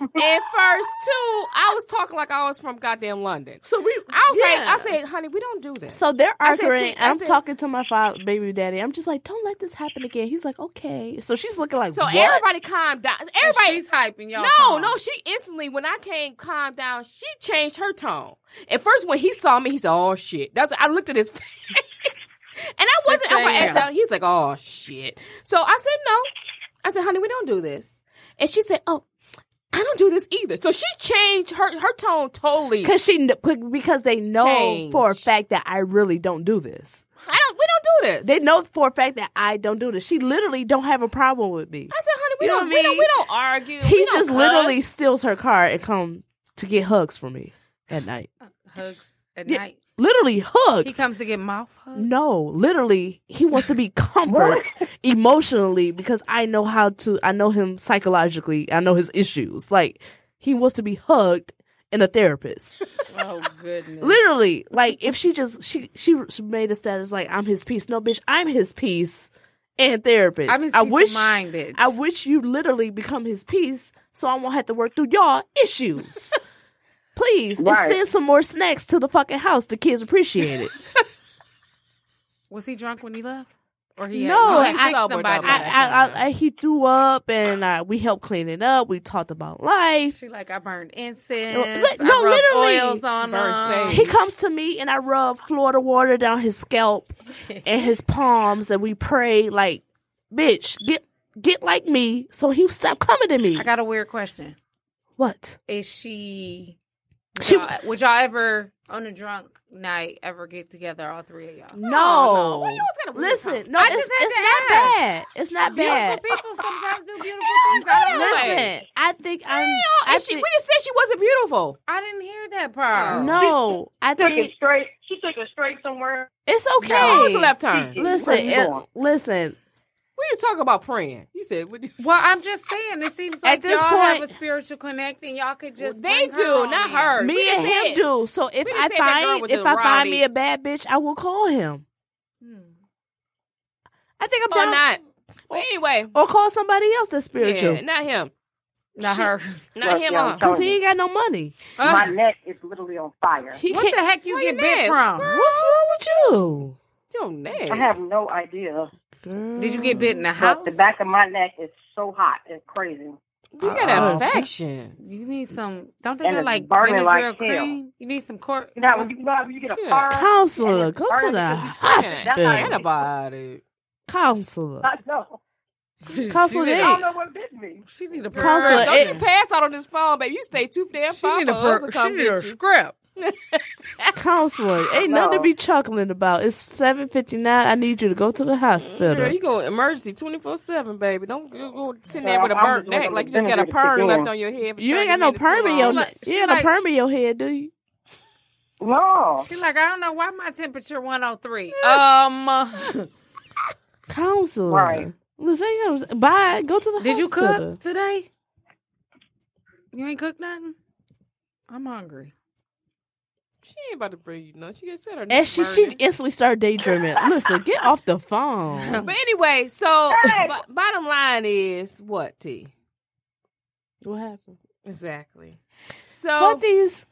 C: and first too, I was talking like I was from goddamn London.
D: so we,
C: I was
D: yeah.
C: like, I said, "Honey, we don't do this."
D: So they're
C: I said,
D: arguing.
C: "T- I
D: and I'm
C: said-
D: talking to my father, baby daddy. I'm just like, don't let this happen again. He's like, okay. So she's looking like,
C: so
D: what?
C: everybody calmed down. Everybody,
E: she's hyping y'all.
C: No,
E: Come
C: no,
E: on.
C: she instantly when I came calm down, she changed her tone. At first when he saw me, he said, Oh shit. That's I looked at his face. and I wasn't I'm gonna act
E: 6 a.m.
C: out. He's like, Oh shit. So I said no. I said, honey, we don't do this. And she said, Oh, I don't do this either. So she changed her her tone totally.
D: Because she kn- put- because they know
C: Change.
D: for a fact that I really don't do this.
C: I don't we don't do this.
D: They know for a fact that I don't do this. She literally don't have a problem with me.
C: I said, honey, we
D: You know
C: don't,
D: what I
C: we don't
D: mean?
C: we don't argue.
D: He
C: We don't
D: just
C: cuss.
D: literally steals her car and come to get hugs from me at night.
E: hugs at
D: Yeah.
E: night.
D: Literally
E: He
D: hugs.
E: comes to get mouth hugs.
D: no, literally, he wants to be comfort emotionally because I know how to. I know him psychologically. I know his issues. Like he wants to be hugged and a therapist.
E: Oh goodness.
D: literally, like if she just she she made a status like I'm his peace. No, bitch, I'm his peace and therapist.
E: I'm his
D: I
E: peace of
D: wish
E: mind, bitch.
D: I wish you literally become his piece so I won't have to work through y'all issues. Please, and
F: Right.
D: send some more snacks to the fucking house. The kids appreciate it.
E: was he drunk when he left? Or he
D: No,
E: had, he
D: I-
E: kicked
C: sobered
E: somebody.
C: up.
D: I, I, I, I, he threw up and uh, we helped clean it up. We talked about life.
E: she like I burned incense.
D: No, li-
E: I
D: no,
E: rubbed
D: literally.
E: oils on
C: Burn
E: them.
C: sage.
D: He comes to me and I rub Florida water down his scalp and his palms and we pray like, bitch, get get like me so he stop coming to me.
E: I got a weird question.
D: what?
E: Is she? Would,
D: She-
E: y'all, would y'all ever on a drunk night ever get together, all three of y'all?
D: No.
C: Why you always gotta weird
D: Listen,
C: times?
D: no,
E: I
D: it's,
E: just had
D: it's
E: to
D: not
E: ask.
D: bad. It's not bad.
E: Beautiful people sometimes do beautiful things. I don't know.
C: Listen.
D: Listen, I think I'm.
C: Damn,
D: I
C: and she,
D: think-
C: we just said she wasn't beautiful.
E: I didn't hear that part.
D: no, I
F: took it
D: think
F: straight. She took it straight somewhere.
D: it's
C: That was
D: okay. Mm-hmm.
C: the left turn. We
D: Listen,
F: Where you
D: it-
F: going?
D: listen.
C: just talking about praying. You said what do-
E: Well, I'm just saying, it seems like
D: this
E: y'all have
D: point-
E: a spiritual connect, and y'all could just
C: they
E: bring her
C: do,
E: on
C: not
E: in.
C: her. We
D: Me
C: just
D: and
C: said-
D: him do. So if
C: we just
D: I
C: said that girl
D: find
C: was a
D: if I find
C: rowdy.
D: me a bad bitch, I will call him.
E: Hmm.
D: I think I'm
C: or
D: down.
C: not. But anyway,
D: Or call somebody else that's spiritual
C: yeah, not him,
E: Not her.
C: not
F: Look,
C: him.
F: yo,
C: uh,
F: don't-
D: because he ain't got no money.
F: My
C: uh,
F: neck is literally on fire.
D: He
E: What
D: can't-
E: the heck you
C: Where your
E: get bit
C: neck,
E: from?
C: girl?
D: What's wrong
C: your
F: I
C: neck.
F: have no idea.
D: with you?
E: Did you get bit in the
F: But
E: house?
F: the back of my neck is so hot and crazy.
C: You got an infection.
E: You need some. Don't they
F: And
E: have
F: it's
E: like
F: burning
E: Benadryl
F: like hell.
E: cream? You need some cor-
F: You know, when you, you, know, how you get a
C: Shit.
F: fire.
D: Counselor,
F: and it's
D: go to
F: burning
D: the
F: because you-
D: hospital.
C: Antibody.
D: Counselor,
F: I know.
D: counselor,
E: She
D: they-
E: did-
F: I don't know what bit me.
E: She need a
D: Counselor,
E: prescription.
C: Don't
D: it-
C: you pass out on this phone, baby. You stay too damn
E: She
C: far
E: need
C: for
E: a,
C: us to
E: per- she
C: come
E: need
C: get
E: a
C: you.
E: script.
D: counselor. Ain't nothing to
F: No.
D: be chuckling about. It's seven fifty nine. I need you to go to the
C: Girl,
D: hospital.
C: you go emergency twenty four seven, baby. Don't go, go sitting there
F: Girl,
C: with a
F: I'm
C: burnt
F: just gonna
C: neck
F: go
C: like you just got a
F: vinegar to
C: perm
F: begin.
C: left on your head. for
D: You
C: 30
D: ain't got no
C: minutes
D: perm in your
C: long.
E: like-
D: you
E: she
D: ain't got
E: like-
D: no perm in your head, do you?
F: No.
E: She like, I don't know why my temperature 103. Um,
D: Counselor,
F: Right.
D: Listen, you know, bye. Go to the.
E: did you
D: hospital.
E: cook today? You ain't cooked nothing. I'm hungry.
C: She ain't about to bring you nothing. She just said her neck.
D: And she she
C: burning.
D: instantly started daydreaming. Listen, get off the phone.
C: But anyway, so
F: Hey!
C: b- bottom line is what T
D: What happened?
C: exactly. So
D: Fuck these.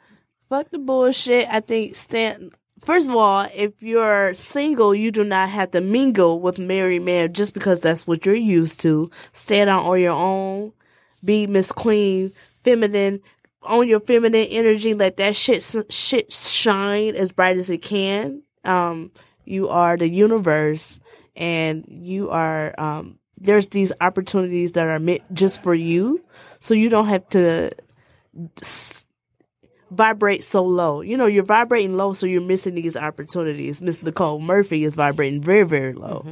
D: Fuck the bullshit. I think stand. First of all, if you're single, you do not have to mingle with married men just because that's what you're used to. Stand out on your own, be Miss Queen, feminine, own your feminine energy. Let that shit s- shit shine as bright as it can. Um, you are the universe, and you are um. There's these opportunities that are meant just for you, so you don't have to s- vibrate so low. You know, you're vibrating low, so you're missing these opportunities. Miss Nicole Murphy is vibrating very, very low.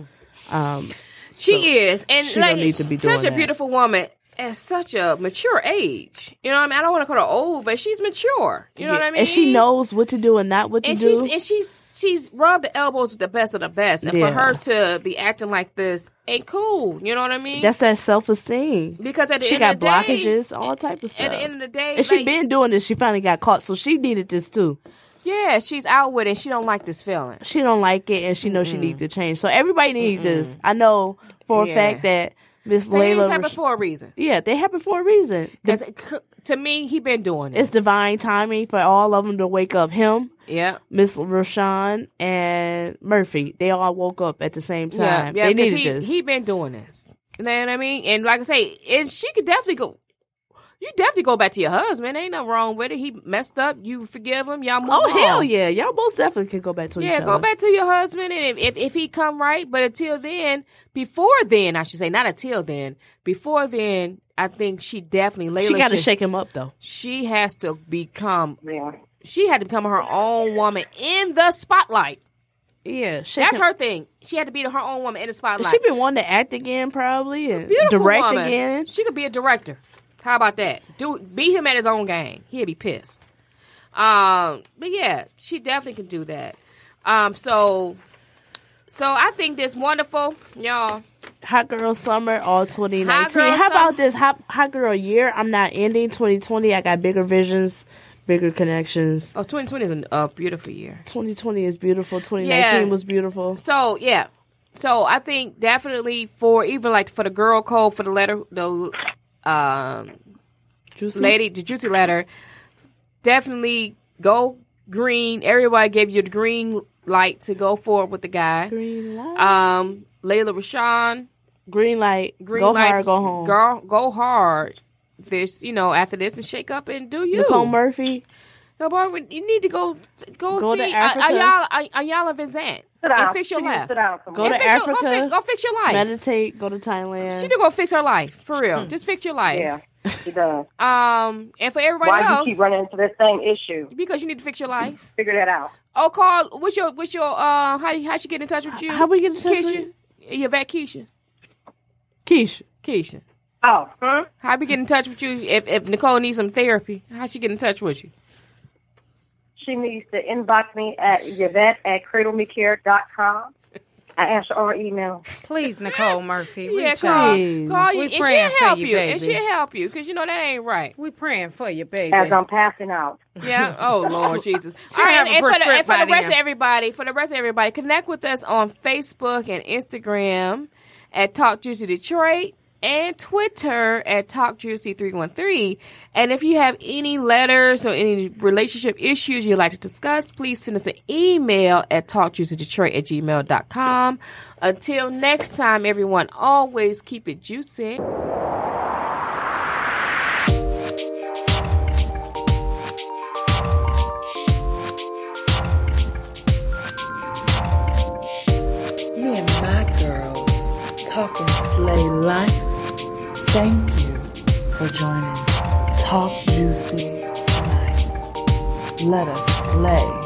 C: Mm-hmm.
D: Um,
C: She
D: so-
C: is, and
D: she
C: like
D: don't need to be
C: such
D: doing
C: a
D: that.
C: beautiful woman at such a mature age. You know what I mean? I don't want to call her old, but she's mature. You know what I mean?
D: And she knows what to do and not what to
C: and
D: do.
C: she's and she's she's rubbed elbows with the best of the best, and
D: Yeah.
C: for her to be acting like this ain't cool. You know what I mean?
D: That's that self esteem.
C: because at the
D: She
C: end
D: got
C: of the day,
D: blockages, all type of stuff.
C: At the end of the day,
D: and she
C: like,
D: been doing this. She finally got caught, so she needed this too.
C: yeah, she's out with it. She don't like this feeling.
D: She don't like it, and she knows she needs to change. So everybody needs this. I know for
C: Yeah.
D: a fact that Miss
C: Things
D: Layla.
C: happen
D: Rash-
C: for a reason.
D: yeah, they happen for a reason. The
C: Because to me, he been doing it.
D: It's divine timing for all of them to wake up. Him,
C: yeah,
D: Miss Rashawn, and Murphy. They all woke up at the same
C: yeah,
D: time.
C: yeah.
D: they
C: 'cause
D: needed
C: he,
D: this.
C: He been doing this. You know what I mean? And like I say, and she could definitely go. You definitely go back to your husband. Ain't nothing wrong with it. He messed up. You forgive him. Y'all move
D: oh
C: on.
D: hell yeah! Y'all most definitely can go back to
C: Yeah,
D: each other.
C: go back to your husband, and if, if if he come right, but until then, before then, I should say, not until then, before then, I think she definitely Layla
D: She got to
C: should-
D: shake him up though.
C: She has to become.
F: Yeah.
C: She had to become her own woman in the spotlight.
D: Yeah, shake
C: That's
D: him.
C: her thing. She had to be her own woman in the spotlight.
D: She been wanting to act again, probably, and
C: Beautiful
D: direct
C: woman.
D: again.
C: She could be a director. How about that? Do beat him at his own game. He'd be pissed. Um, but yeah, she definitely can do that. Um, so, so I think this wonderful, y'all.
D: Hot girl summer, all twenty nineteen.
C: Girl
D: How
C: Summer.
D: about this hot hot girl year? I'm not ending twenty twenty. I got bigger visions, bigger connections.
C: Oh, 2020 is a beautiful year.
D: Twenty twenty is beautiful. Twenty nineteen
C: Yeah.
D: was beautiful.
C: So yeah, so I think definitely for even like for the girl code for the letter the um
D: Juicy.
C: lady the juicy letter definitely go green. Everybody gave you the green light to go forward with the guy.
D: Green light.
C: Um, Layla Rashawn,
D: Green light.
C: green
D: go
C: light,
D: hard, go home.
C: Girl, go hard. This you know after this and shake up and do you.
D: Nicole Murphy.
C: No, Barbara, you need to go go,
D: Go
C: see uh,
D: to
C: Ay-
D: Africa.
C: Ayala Ay- Ayala Vizant
F: Sit down.
C: and fix your
F: You need to
C: life.
F: Sit down
D: Go
C: And
F: somewhere.
D: to
C: fix your-
D: Africa.
C: go, fix, go fix your life.
D: Meditate. Mm. Go to Thailand.
C: She need to go fix her life for real. Just fix your life.
F: Yeah, she does.
C: Um, and for everybody
F: Why
C: else,
F: you keep running into this same issue?
C: because you need to fix your life.
F: Figure that out.
C: Oh, call. What's your what's your uh? How how she get in touch with you?
D: How we get in touch with
C: Keisha? Your vet Keisha.
D: Keisha?
C: Keisha.
F: Oh, hmm?
C: How we get in touch with you if if Nicole needs some therapy? How she get in touch with you?
F: she needs to inbox me at Yvette at cradlemecare.com. I answer all email.
E: Please, Nicole Murphy,
C: Yeah,
E: reach
C: call,
E: out.
C: call you.
E: We
C: And she'll
E: praying for
C: help
E: you,
C: you. And
E: baby.
C: she'll help you because you know that ain't right.
E: We praying for you, baby.
F: As I'm passing out,
C: Yeah. Oh Lord Jesus.
E: She have a
C: and for the,
E: prescript
C: and for the
E: by
C: rest of
E: then.
C: everybody, for the rest of everybody, connect with us on Facebook and Instagram at Talk Juicy Detroit and Twitter at Talk Juicy three one three. And if you have any letters or any relationship issues you'd like to discuss, please send us an email at talkjuicydetroit at gmail.com. Until next time, everyone, always keep it juicy.
B: Me and my girls talking slay life. Thank you for joining Talk Juicy tonight. Let us slay.